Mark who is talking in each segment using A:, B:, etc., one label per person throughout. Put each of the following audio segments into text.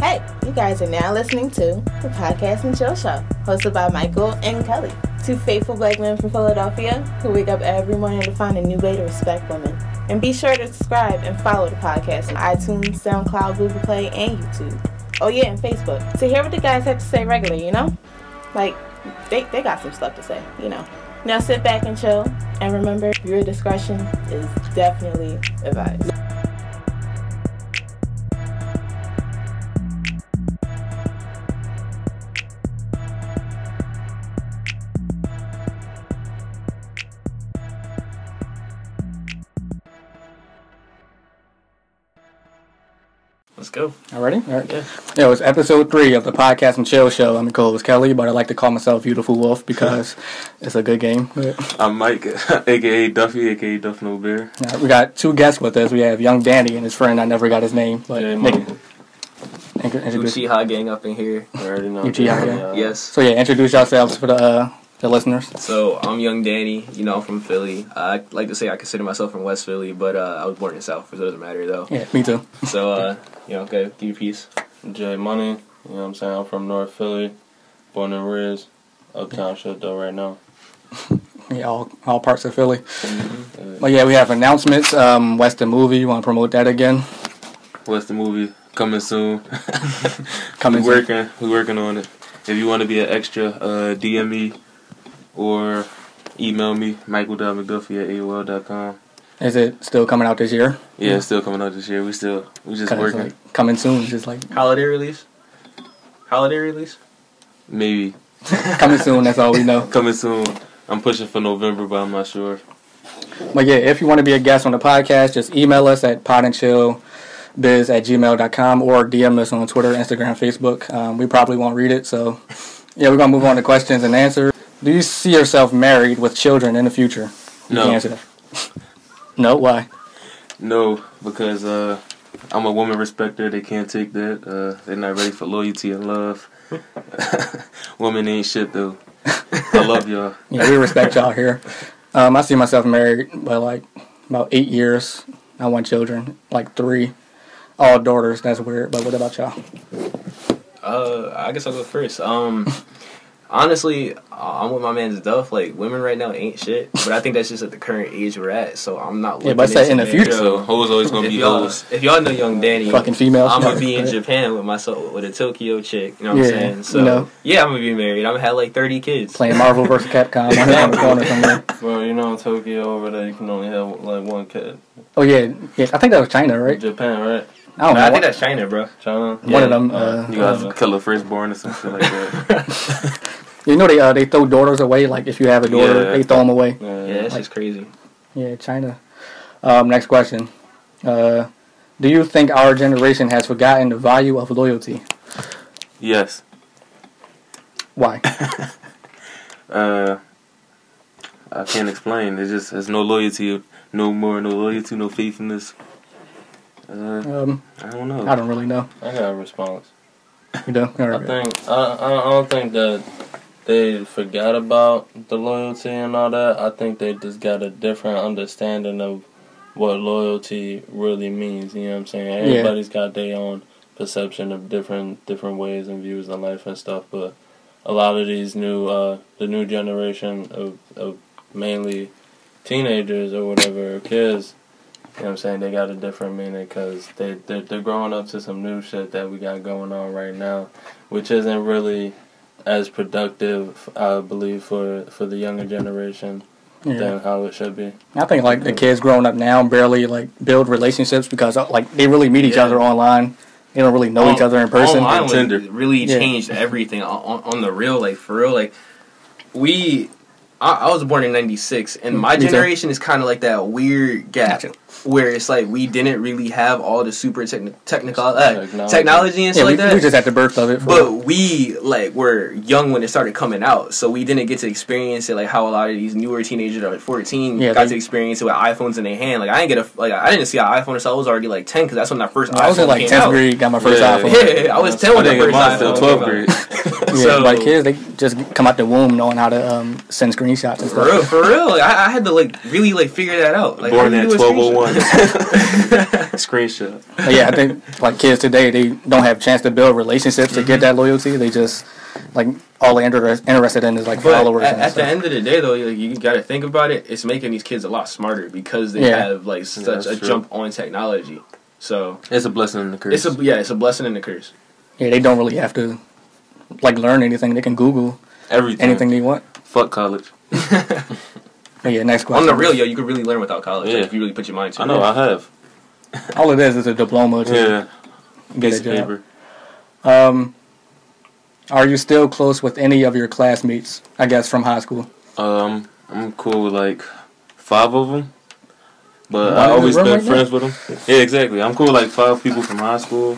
A: Hey, you guys are now listening to the Podcast and Chill Show, hosted by Michael and Kelly, two faithful black men from Philadelphia who wake up every morning to find a new way to respect women. And be sure to subscribe and follow the podcast on iTunes, SoundCloud, Google Play, and YouTube. Oh yeah, and Facebook. To hear what the guys have to say regularly, you know? Like, they, they got some stuff to say, you know. Now sit back and chill, and remember, your discretion is definitely advised.
B: Let's go.
C: Already? All right.
B: Yeah.
C: It was episode three of the podcast and chill show. I'm Nicole Kelly, but I like to call myself Beautiful Wolf because it's a good game.
D: I'm Mike, aka Duffy, aka Duff No Beer.
C: Uh, we got two guests with us. We have Young Dandy and his friend. I never got his name, but
D: Yeah,
C: Nick,
D: Mike.
C: inc- introduce-
B: Uchiha gang up in here.
D: You already know. uh,
C: You G out here.
B: Yes.
C: Uh, so yeah, introduce yourselves for the uh, the listeners.
B: So I'm young Danny. You know I'm from Philly. I like to say I consider myself from West Philly, but uh, I was born in South, so it doesn't matter though.
C: Yeah, me too.
B: So uh, you know, okay, give you peace.
D: J Money. You know what I'm saying? I'm from North Philly, born and raised. Uptown shit though right now.
C: Yeah, all, all parts of Philly. But yeah, we have announcements. Um, Western movie. You want to promote that again?
D: What's the movie coming soon?
C: Coming
D: we
C: soon.
D: working. We working on it. If you want to be an extra, uh, DM me or email me michael.mcduffie at AOL.com.
C: Is it still coming out this year?
D: Yeah, it's still coming out this year. We still we just
C: 'Cause it's
D: working.
C: like coming soon. It's just like
B: Holiday release. Holiday release.
D: Maybe
C: coming soon. That's all we know.
D: coming soon. I'm pushing for November, but I'm not sure.
C: But yeah, if you want to be a guest on the podcast, just email us at podandchillbiz at gmail.com or DM us on Twitter, Instagram, Facebook. Um, we probably won't read it. So yeah, we're going to move on to questions and answers. Do you see yourself married with children in the future? You
D: No.
C: can answer that. no, why?
D: No, because uh, I'm a woman respecter. They can't take that. Uh, they're not ready for loyalty and love. women ain't shit though. I love y'all.
C: Yeah, we respect y'all here. Um, I see myself married by like about eight years. I want children, like three. All daughters, that's weird, but what about y'all?
B: Uh, I guess I'll go first. Um, honestly, uh, I'm with my man's Duff. Like women right now ain't shit, but I think that's just at the current age we're at. So I'm not.
C: Yeah, but
B: looking
C: that's in
B: into
C: the future.
B: marriage.
D: So hoes always gonna
B: if
D: be
B: y'all,
D: hoes.
B: if y'all know young Danny,
C: Fucking females.
B: I'm gonna
C: Yeah.
B: be in
C: Yeah.
B: Japan with myself with a Tokyo chick. You know what
C: Yeah,
B: I'm saying? So
C: you know.
B: yeah, I'm gonna be married. I'm gonna have like 30 kids.
C: Playing Marvel vs. Capcom, I'm on the corner somewhere.
E: Bro, you know in Tokyo over there you can only have like one kid.
C: Oh yeah, yeah. I think that was China, right?
E: Japan, right?
C: I don't
B: Nah,
C: know.
B: I think that's China, bro.
E: China.
C: one of them. Uh,
D: You gotta
C: uh,
B: Uh-huh.
D: have to kill a firstborn or something like that.
C: you know they uh, they throw daughters away. Like if you have a daughter,
D: Yeah.
C: they throw them away.
E: Yeah.
B: Yeah, that's just crazy.
C: Yeah, China. Um, next question. Uh, do you think our generation has forgotten the value of loyalty?
D: yes.
C: Why?
D: Uh, I can't explain. It's just there's no loyalty, no more, no loyalty, no faithfulness. Uh,
C: Um,
D: I don't know.
C: I don't really know.
E: I got a response.
C: You know. All
E: I
C: right.
E: think I, I I don't think that they forgot about the loyalty and all that. I think they just got a different understanding of what loyalty really means. You know what I'm saying?
C: Yeah.
E: Everybody's got their own perception of different different ways and views on life and stuff, but a lot of these new uh the new generation of of mainly teenagers or whatever kids you know what I'm saying? They got a different meaning because they, they, they're growing up to some new shit that we got going on right now, which isn't really as productive, I believe, for, for the younger generation
C: Yeah.
E: than how it should be.
C: I think like the kids growing up now barely like build relationships because uh, like they really meet each
B: Yeah.
C: other online. They don't really know each other in person.
B: Online was-
D: Tinder.
B: really
C: Yeah.
B: changed everything on, on, on the real, like for real. Like we, I, I was born in '96, and my
C: Mm, Me too.
B: generation is kind of like that weird gap
C: Me too.
B: where it's like we didn't really have all the super techni- technical uh,
E: Technology.
B: technology and
C: Yeah,
B: stuff
C: we,
B: like that.
C: we just at the birth of it. For
B: But we like were young when it started coming out, so we didn't get to experience it like how a lot of these newer teenagers that are like fourteen
C: Yeah,
B: got
C: they-
B: to experience it with iPhones in their hand. Like I didn't get a like I didn't see an iPhone until I was already like ten because that's when my first
C: I was
B: iPhone
C: in like
B: came
C: tenth
B: out.
C: grade, got my first
D: Yeah.
C: iPhone.
B: Yeah, I was ten
D: I
B: when the
D: think
B: first
D: mine's still
B: iPhone came
D: 12th
B: out.
D: grade.
C: Yeah,
B: So-
C: like kids, they just come out the womb knowing how to um, send screenshots and
B: For
C: stuff.
B: real, for real. I, I had to like really like figure that out. Like,
D: Born
B: how
D: at
B: do you do a screenshot?
D: 1201. Screenshot.
C: But yeah, I think like kids today, they don't have a chance to build relationships to
B: Mm-hmm.
C: get that loyalty. They just like all they're inter- interested in is like
B: But
C: followers.
B: at,
C: and
B: at the
C: stuff.
B: end of the day, though, like, you got to think about it. It's making these kids a lot smarter because they
C: Yeah.
B: have like such
D: that's
B: a
D: true.
B: jump on technology. So
D: It's a blessing and a curse.
B: it's a yeah, it's a blessing and a curse.
C: yeah, they don't really have to like learn anything. They can Google
B: Mm-hmm.
D: everything.
C: anything they want.
D: Fuck college.
C: But yeah, next
B: On
C: question.
B: the real, yo, you could really learn without college like,
D: Yeah.
B: if you really put your mind to
D: I
B: it.
D: know. I have.
C: all it is is a diploma to
D: Yeah.
C: get
D: Piece
C: a
D: of
C: job.
D: paper.
C: Um, are you still close with any of your classmates? I guess from high school.
D: Um, I'm cool with like five of them, but
C: One
D: I
C: in the
D: always
C: room
D: been
C: right now?
D: friends with 'em. with them. Yeah, exactly. I'm cool with like five people from high school.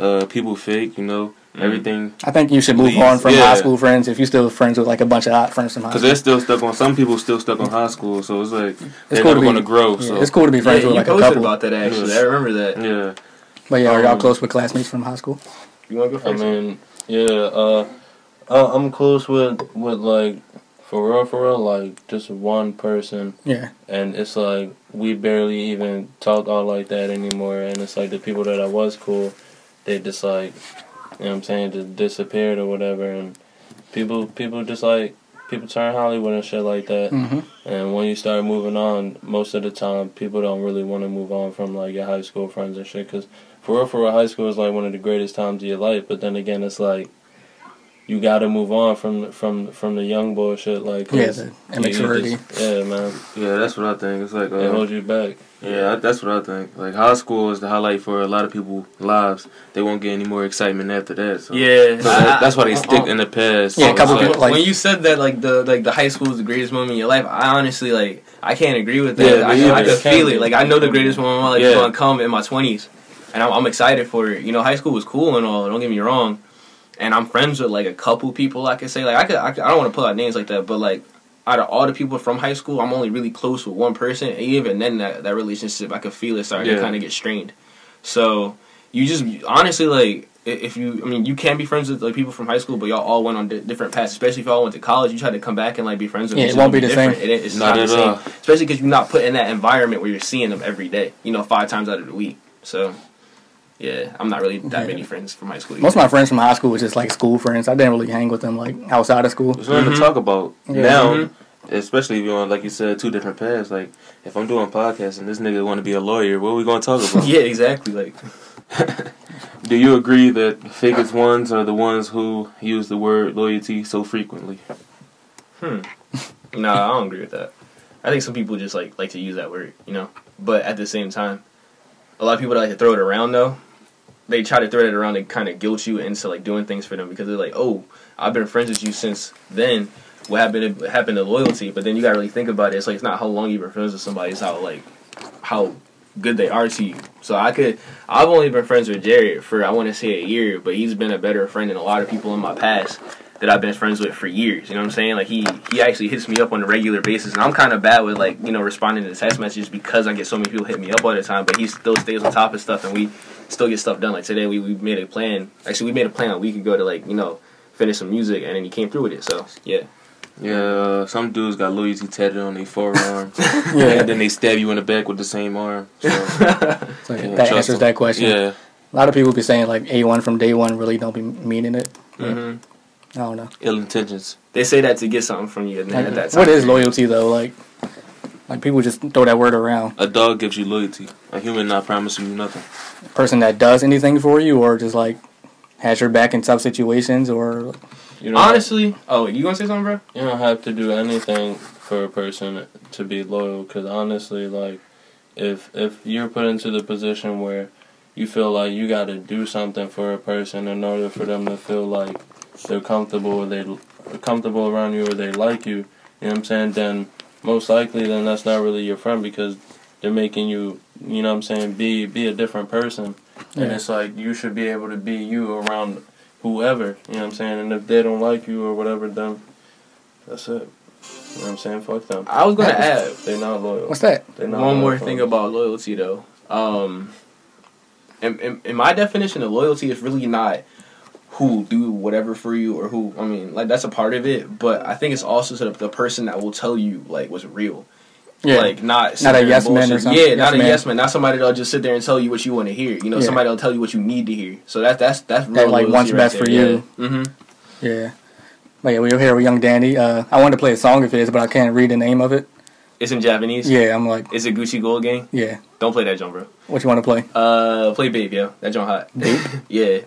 D: Uh, people fake, you know,
E: Mm-hmm.
D: everything.
C: I think you should move
D: Please,
C: on from
D: yeah.
C: high school friends if you're still friends with like a bunch of hot friends from high
D: Cause
C: school.
D: they're still stuck on. Some people still stuck on high school, so it's like they're
C: cool
D: never
C: to be-
D: going to grow.
C: Yeah,
D: So
C: it's cool to be
B: Yeah,
C: friends
B: you
C: with like a
B: posted
C: couple.
B: about that actually. I remember that.
D: yeah,
C: But yeah, are y'all
D: Um,
C: close with classmates from high school?
B: You want to go
E: I
B: first?
E: mean, yeah, uh, I, I'm close with with like for real, for real, like just one person,
C: Yeah.
E: and it's like we barely even talk all like that anymore. And it's like the people that I was cool, they just like, you know, what I'm saying, just disappeared or whatever. And people, people just like people turn Hollywood and shit like that.
C: hmm
E: And when you start moving on, most of the time, people don't really want to move on from like your high school friends and shit. Because for real, for real, high school is like one of the greatest times of your life. But then again, it's like you got to move on from from from the young boy shit. Like 'cause
C: Yeah, the
E: you- you
C: immaturity.
E: just- Yeah, man,
D: yeah. That's what I think. It's like
E: it
D: uh,
E: holds you back.
D: yeah, I- that's what I think. Like high school is the highlight for a lot of people's lives. They won't get any more excitement after that. So.
B: yeah,
D: So that, that's why they
B: I-
D: stick in the past.
C: Uh-huh. Yeah,
D: so
C: a couple
D: it's
C: people like-
B: when you said that like the like the high school is the greatest moment in your life, I honestly like I can't agree with that.
D: Yeah,
B: I,
D: yeah,
B: I
D: yeah.
B: can feel it. Like I know the greatest moment of my life is
D: Yeah.
B: gonna come in my twenties, and I'm, I'm excited for it. You know, high school was cool and all. Don't get me wrong, and I'm friends with like a couple people. I could say like I could I, could- I don't want to pull out names like that, but like out of all the people from high school, I'm only really close with one person, and even then that that relationship I could feel it starting to
D: Yeah.
B: kind of get strained. So you just honestly like i- if you I mean you can be friends with like people from high school, but y'all all went on di- different paths. Especially if y'all went to college, you try to come back and like be friends with.
C: Yeah, it won't
B: them, it's gonna
C: be the
B: different.
C: same.
B: It- it's
D: Not
B: not,
D: at
B: the
D: all.
B: same, especially because you're not put in that environment where you're seeing them every day. You know, five times out of the week. So yeah, I'm not really that
C: Yeah.
B: many friends from high school.
C: Most of
B: either.
C: my friends from high school was just like school friends. I didn't really hang with them like outside of school.
D: There's nothing
B: Mhm.
D: to talk about
C: Mm-hmm. Yeah. Mm-hmm.
D: now,
B: Mhm.
D: especially if you're on, like you said, two different paths. Like, if I'm doing podcasts and this nigga want to be a lawyer, what are we going to talk about?
B: yeah, exactly. Like
D: Do you agree that the fakest ones are the ones who use the word loyalty so frequently?
B: no, I don't agree with that. I think some people just like like to use that word, you know. But at the same time, a lot of people that like to throw it around though. They try to throw it around and kind of guilt you into like doing things for them because they're like, "Oh, I've been friends with you since then. What happened? To, happened to loyalty?" But then you gotta really think about it. It's like it's not how long you've been friends with somebody; it's how like how good they are to you. So I could, I've only been friends with Jared for I want to say a year, but he's been a better friend than a lot of people in my past that I've been friends with for years. You know what I'm saying? Like he he actually hits me up on a regular basis, and I'm kind of bad with like you know responding to text messages because I get so many people hit me up all the time. But he still stays on top of stuff, and we still get stuff done. Like today, we we made a plan. Actually, we made a plan a week ago to like you know finish some music, and then he came through with it. So yeah,
D: Yeah, uh, some dudes got loyalty tatted on their forearm, and
C: Yeah,
D: then they stab you in the back with the same arm. So, yeah,
C: it's like,
D: trust
C: that answers
D: them.
C: that question.
D: Yeah,
C: A lot of people be saying like A1 from day one really don't be meaning it. Mm-hmm. I don't know.
D: ill intentions.
B: they say that to get something from you, and then at that
C: Like,
B: time,
C: Mm-hmm. what is loyalty though? Like, like people just throw that word around.
D: A dog gives you loyalty. A human not promising you nothing.
C: Person that does anything for you or just like has your back in tough situations or
E: You don't,
B: Honestly, oh, you gonna say something, bro?
E: you don't have to do anything for a person to be loyal. Because honestly, like if if you're put into the position where you feel like you got to do something for a person in order for them to feel like they're comfortable or they are comfortable around you or they like you, you know what I'm saying? Then most likely then that's not really your friend because they're making you, you know what I'm saying, be be a different person. And
C: Yeah.
E: it's like you should be able to be you around whoever, you know what I'm saying? And if they don't like you or whatever, then that's it. You know what I'm saying? Fuck them.
B: I was gonna add
E: They're not loyal.
C: what's that?
E: They're not
B: one
E: loyal
B: more
E: for
B: thing
E: us.
B: about loyalty though um in, in, in my definition of loyalty is really not who will do whatever for you or who i mean like that's a part of it but i think it's also sort of the person that will tell you like what's real
C: Yeah.
B: Like not sit
C: Not a
B: there and
C: yes man or
B: bullshit.
C: something.
B: Yeah, not
C: Yes
B: a
C: man.
B: yes man. Not somebody that'll just sit there and tell you what you want to hear. You know,
C: Yeah.
B: somebody that'll tell you what you need to hear. So that's that's that's real
C: That, like, wants
B: loyalty right
C: best
B: there.
C: for
B: Yeah.
C: you.
B: Mhm.
C: Yeah. But yeah, we were here with Young Dandy. Uh, I wanted to play a song if it is, but I can't read the name of it.
B: It's in Japanese.
C: Yeah, I'm like,
B: Is it Gucci Gold Gang?
C: yeah.
B: Don't play that genre.
C: What you want to play?
B: Uh, play Babe, yo. That joint hot. yeah,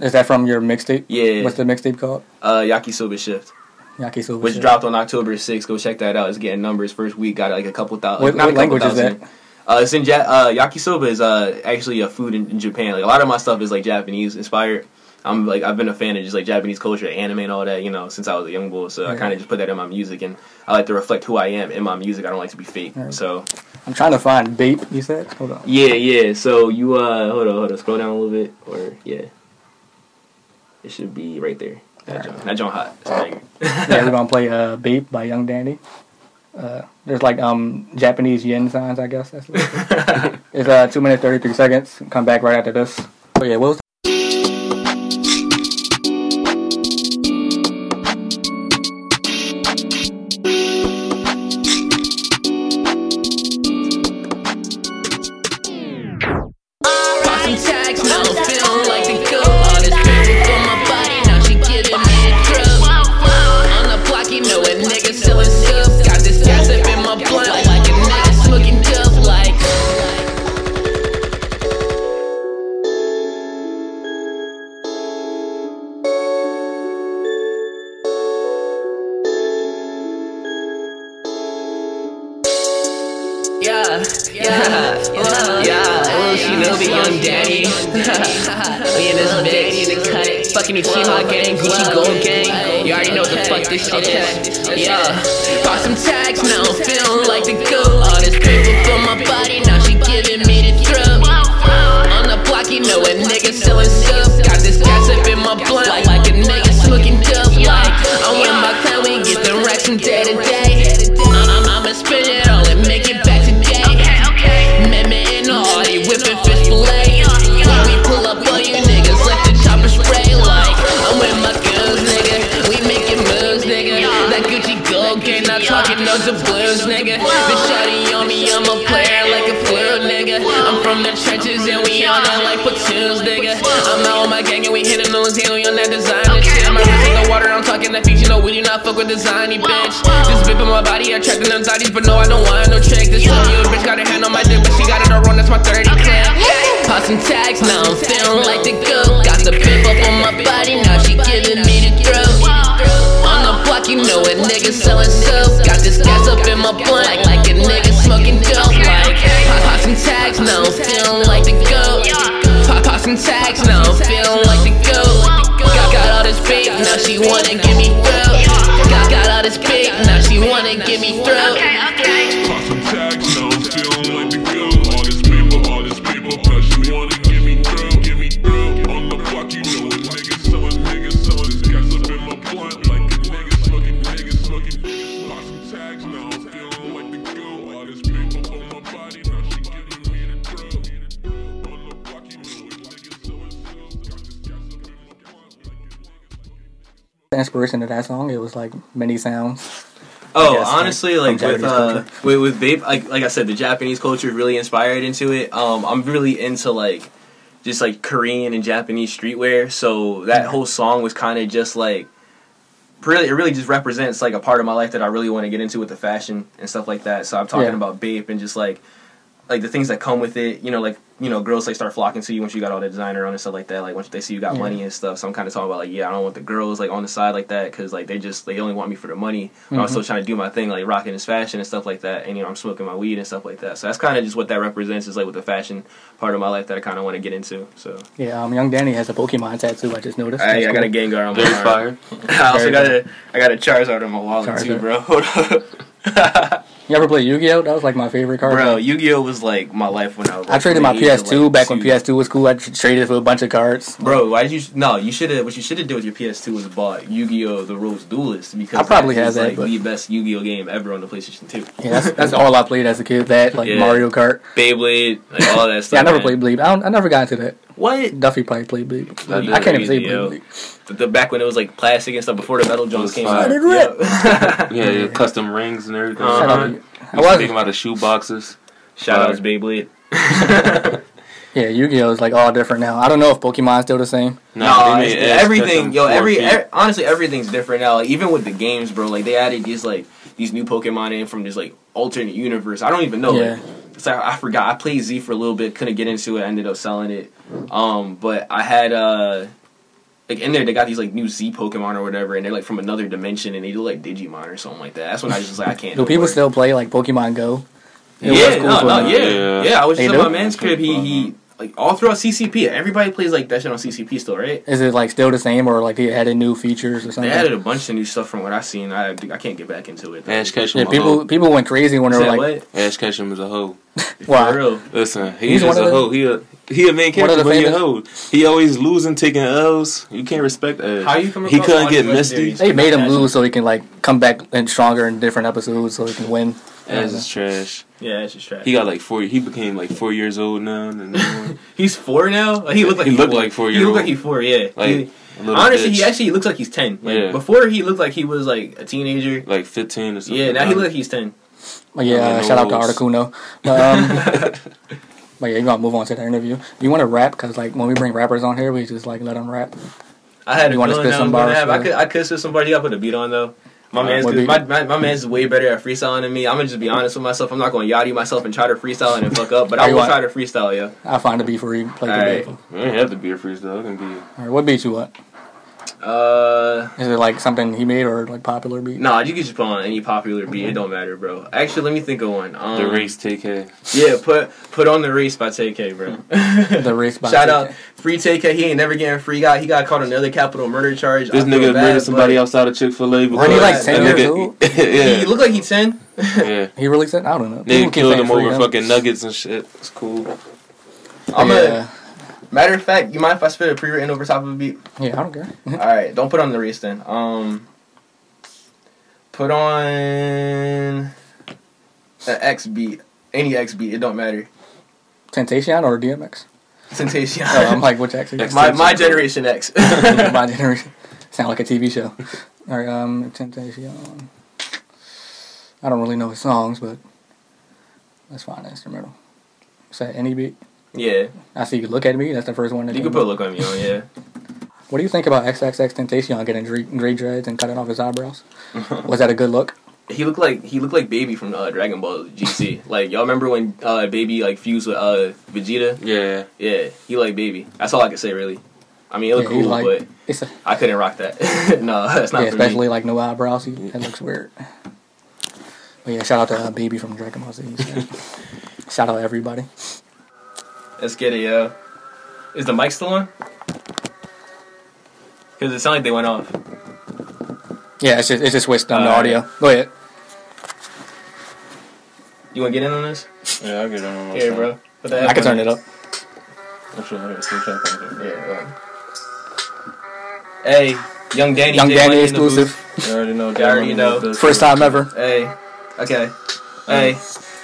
C: Is that from your mixtape?
B: yeah.
C: What's the mixtape called?
B: uh, Yakisoba Shift,
C: Yaki Silver.
B: which
C: Shade.
B: dropped on October 6th. Go check that out. It's getting numbers. First week got like a couple thousand.
C: What, what language is that?
B: Uh, it's in ja- uh, yakisoba is uh, actually a food in, in Japan. Like a lot of my stuff is like Japanese inspired. I'm like I've been a fan of just like Japanese culture, anime, and all that. You know, since I was a young boy, so I
C: Yeah.
B: kind of just put that in my music, and I like to reflect who I am in my music. I don't like to be fake.
C: Right.
B: So
C: I'm trying to find Bape, you said? Hold on.
B: yeah, yeah. So you uh, hold on, hold on. Scroll down a little bit, or yeah, it should be right there. That John, that John hot. It's a banger.
C: yeah, we're gonna play uh, "Babe" by Young Dandy. Uh, there's like um Japanese yen signs, I guess. That's it's uh two minutes thirty three seconds. Come back right after this. Oh yeah, what was
F: Pop some tags, now I'm feeling like the go. All this baby for my body, now she giving me a grub. On the block, you know a nigga selling stuff. Got this gas up in my blunt like a nigga smoking dope. Like, yeah, yeah, yeah, yeah. Oh, she know me, young daddy. we in this bitch, in the cut it. Fucking with T-Hawk gang, Gucci Gold gang. You already know what the fuck this shit is. Yeah. Pop some tags, now I'm feeling like the goat. All this paper for my body, now she giving me the throat. On the block, you know a nigga selling stuff. Got this gas up in my blunt, like a nigga smoking dope. Like, I'm with my clan, we get them racks from day to day. I'm, I'm, I'ma spend it all and make it back today. Mamma and all, they whipping fish fillet. When we pull up on you niggas, let the chopper spray like I'm with my guns, nigga. We making moves, nigga. That Gucci gold game, not talking no doubloons, nigga. Bitch, shawty on me, I'm a player like a flu, nigga. I'm from the trenches and we on that like platoons, nigga. I'm out with my gang and we hitting those heel on that designer shit. My wrist in the water, I'm talking that future. No, we do not fuck with designy, bitch. This bitch in my body, attracting them thotties, but no, I don't want no trick. This little bitch got her hand on my dick, but she got it all wrong. That's my 30 clip. Pop some tags, now I'm feeling like the goat. Got the pimp up on my body, now she giving me the throat. On the block, you know a nigga selling soap. Got this gas up in my blunt, like a nigga smoking dope. Like, pop, pop some tags, now I'm feeling like the goat. Pop, pop some tags, now I'm feeling like the goat. Got, got all this big, now she wanna give me throat. Got, got all this big, now she wanna give me
G: Pop
F: throat.
G: some tags, now I'm feeling like the girl. All this paper, all this paper, now she wanna give me through, give me through. On the block, you know a nigga selling, nigga selling. Gas up in my blunt like a nigga smoking, nigga smoking. Pop some tags, now I'm feeling like the girl. All this paper on my body, now she giving me the thrill. On the block, you know a nigga selling, selling. Got this gas up in my blunt like a nigga smoking.
C: the inspiration to that song? It was like many sounds.
B: Oh,
C: guess, like,
B: honestly,
C: from
B: like, with
C: Japanese
B: uh,
C: culture.
B: with with vape, like like I said, the Japanese culture really inspired into it. Um, I'm really into like just like Korean and Japanese streetwear, so
C: Mm.
B: that whole song was kind of just like really it really just represents like a part of my life that I really want to get into with the fashion and stuff like that. So I'm talking
C: Yeah.
B: about vape and just like like the things that come with it. You know, like you know, girls like start flocking to you once you got all the designer on and stuff like that. Like once they see you got
C: Yeah.
B: money and stuff. So I'm kind of talking about like, yeah, I don't want the girls like on the side like that because like they just they only want me for the money. But
C: Mm-hmm.
B: I'm still trying to do my thing, like rocking this fashion and stuff like that. And you know, I'm smoking my weed and stuff like that. So that's kind of just what that represents is like with the fashion part of my life that I kind of want to get into. So
C: Yeah, um, Young Dandy has a Pokemon tattoo. I just noticed.
B: I,
C: That's
B: I got a
C: cool.
B: Gengar on my
D: Very
B: arm.
D: fire.
B: I also
C: Very
B: got a I got a Charizard on my wallet too,
C: Charizard.
B: bro. Hold up.
C: You ever play Yu-Gi-Oh? That was like my favorite card.
B: Bro,
C: game.
B: Yu-Gi-Oh was like my life when I was.
C: I
B: like,
C: traded
B: from
C: my
B: the age of,
C: PS2
B: like,
C: back when
B: two.
C: PS2 was cool. I tr- traded for a bunch of cards.
B: Bro, why did you? No, you should have. What you should have did with your PS2 was bought Yu-Gi-Oh! The Rose Duelist because
C: I probably
B: that
C: have
B: is,
C: that,
B: like
C: but-
B: the best Yu-Gi-Oh game ever on the PlayStation 2.
C: Yeah, that's, that's all I played as a kid. That like
B: Yeah.
C: Mario Kart.
B: Beyblade, like all that stuff.
C: Yeah, I never
B: man.
C: played Bleed. I, don't, I never got into that.
B: What?
C: Duffy probably played big.
B: I did
C: I can't even
B: crazy,
C: say big.
B: yo. The, the back when it was like plastic and stuff before the metal drums
D: was
B: came
D: fire.
B: out.
D: Let it
C: rip.
B: Yeah.
D: Yeah, yeah, custom rings and everything.
B: Uh-huh.
C: Shout out to
D: You
C: you. I
D: I was thinking
C: wasn't.
D: about the shoe boxes.
B: Shout out to Beyblade.
C: Yeah, Yu-Gi-Oh is like all different now. I don't know if Pokemon's still the same.
D: No,
B: Nah,
D: they made
B: it's-
D: ads
B: everything,
D: custom
B: yo,
D: for
B: every,
D: feet.
B: er, honestly, everything's different now. Like even with the games, bro, like they added these like these new Pokemon in from this like alternate universe. I don't even know.
C: Yeah.
B: Like, it's like I forgot. I played Z for a little bit, couldn't get into it. I ended up selling it. Um, but I had uh, like in there they got these like new Z Pokemon or whatever, and they're like from another dimension, and they do like Digimon or something like that. That's when I was just like, I can't.
C: Do
B: no
C: people
B: more.
C: still play like Pokemon Go? It
B: yeah,
C: was cool
B: no,
C: for
B: no,
C: them.
B: yeah, yeah,
D: Yeah.
B: I was
C: They
B: just in
C: do?
B: my man's crib. He, he, like all throughout CCP, everybody plays like that shit on CCP still, right?
C: Is it like still the same or like they added new features or
B: They
C: something?
B: added a bunch of new stuff from what I've seen. I I can't get back into it. though.
D: Ash Ketchum.
C: yeah,
D: a
C: people
D: hoe.
C: people went crazy when they
B: Is
C: were
B: that
C: like,
B: what?
D: Ash Ketchum is a hoe.
C: "Why?"
B: For real.
D: Listen,
C: He's
D: he's just
C: one
D: a
C: of the-
D: hoe. He a he a main
C: One of
D: character,
C: the
D: but he a
C: famous-
D: hoe. He always losing, taking L's. You can't respect Ash.
B: How you come
D: He
B: across
D: couldn't
B: all
D: get
B: these
D: Misty.
B: legendaries?
C: They made him lose so he can like come back and stronger in different episodes so he can win.
D: Ash is trash.
B: Yeah, that's just trash.
D: He got like four. He became like four years old now. And then
B: he's four now. He looked like
D: He looked
B: four.
D: like four
B: He
D: years
B: looked like
D: old.
B: he four. Yeah.
D: like
B: He-
D: a little
B: honestly, he
D: bitch.
B: actually looks like he's ten. Like
D: Yeah.
B: before, he looked like he was like a teenager.
D: like fifteen or something.
B: Yeah, now he looks like he's ten.
C: But yeah,
D: Yeah,
C: uh,
D: no
C: shout out to
D: rules.
C: Articuno. But, um, but yeah, you gonna move on to the interview. You want to rap? Cause like when we bring rappers on here, we just like let them rap.
B: I had
C: You
B: a
C: wanna
B: feeling
C: spit
B: that
C: some
B: was gonna
C: bars,
B: happen. I
C: bro?
B: could I could spit some bars. You got to put a beat on though. My
D: Uh,
B: man's
C: what
B: good-
C: beat?
B: my, my my man's way better at freestyling than me. I'm gonna just be honest with myself. I'm not gonna yachty myself and try to freestyle and then fuck up, but
C: Are
B: I
C: you
B: will
C: on-
B: try to freestyle. Yeah.
C: I find a beat for you. Play the
B: Alright.
C: beat. All
D: It ain't have to be a freestyle. It can be.
C: right, what beat you want?
B: Uh.
C: Is it like something he made or like popular beat?
B: Nah, you can just put on any popular beat. It don't matter, bro. Actually, let me think of one. Um,
D: The race TK.
B: Yeah, put put on the race by TK, bro.
C: The race by
B: Shout
C: TK.
B: out free TK. He ain't never getting free. Guy, he got caught on another capital murder charge.
D: This
B: I feel
D: nigga
B: bad,
D: murdered somebody
B: but
D: outside of Chick Fil A.
C: Weren't he like ten
B: That
C: years old?
B: He
D: yeah,
B: looked like he ten.
D: yeah.
C: He really said, I don't know. People
D: They
C: keep
D: killed
C: saying
D: him
C: free
D: over
C: him.
D: fucking nuggets and shit. It's cool.
B: I'm
C: yeah,
B: a matter of fact. You mind if I spit a pre-written over top of a beat?
C: yeah, I don't care.
B: All right, don't put on the race then. Um, put on an X beat. Any X beat, it don't matter.
C: Temptation or DMX?
B: Temptation.
C: Oh, I'm like, which actually?
D: X-
B: my my generation X.
C: my generation. Sound like a TV show. All right, um, Temptation. I don't really know his songs, but let's find an instrumental. Is that any beat?
B: yeah,
C: I see you look at me. That's the first one. That
B: you
C: came
B: can put
C: up.
B: look on me on yeah.
C: What do you think about XXX Temptation getting dre- gray dreads and cutting off his eyebrows? Was that a good look?
B: he looked like he looked like Baby from uh, Dragon Ball GT. like y'all remember when uh, Baby like fused with uh, Vegeta?
D: Yeah.
B: Yeah, he like Baby. That's all I could say really. I mean, it looked
C: Yeah, he
B: cool,
C: like-
B: but
C: It's a,
B: I couldn't rock that. no, that's not
C: yeah,
B: for
C: especially
B: me.
C: like no eyebrows. He, that looks weird. But yeah, shout out to uh, Baby from Dragon Ball Z. shout out everybody.
B: Let's get it, yo. Is the mic still on? Because it sounded like they went off.
C: Yeah, it's just it's just switched on the
B: Alright.
C: audio. Go ahead.
B: You want to get in on this?
E: Yeah, I'll get it on my
B: Here,
E: phone.
B: bro. Put the
C: I can
B: headphones
C: turn
B: in.
C: it up.
E: Actually, here, see if I can do it.
B: Yeah. Right. Hey, Young Danny.
C: Young
B: J
C: Danny
B: Money in the booth.
C: exclusive.
E: You already know.
B: You already
E: Dylan
B: know.
E: was the-
C: First time ever.
B: Hey, okay. Hey,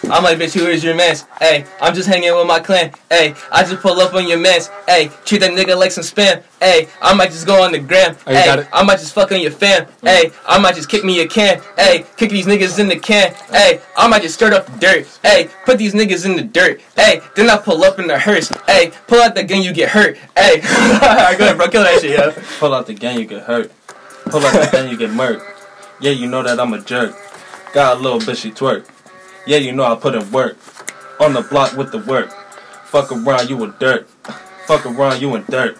B: I'm like, bitch, who is your mans? Hey, I'm just hanging with my clan. Hey, I just pull up on your mans. Hey, treat that nigga like some spam. Hey, I might just go on the gram.
C: Oh, you got
B: Hey,
C: it?
B: I might just fuck on your fam. Hey, I might just kick me a can. Hey, kick these niggas in the can. Hey, I might just stir up the dirt. Hey, put these niggas in the dirt. Hey, then I pull up in the hearse. Hey, pull out the gun, you get hurt. Hey, alright, go ahead, bro, kill that shit, yo.
E: Pull out the gun, you get hurt. Pull out the gun, you get murked. Yeah, you know that I'm a jerk. Got a little bitchy twerk. Yeah, you know I put in work. On the block with the work. Fuck around, you a dirt. Fuck around, you in dirt.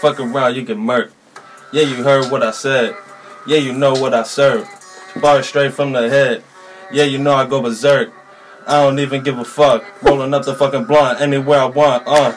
E: Fuck around, you get murked. Yeah, you heard what I said. Yeah, you know what I served. Bar straight from the head. Yeah, you know I go berserk. I don't even give a fuck. Rolling up the fucking blunt anywhere I want. Uh,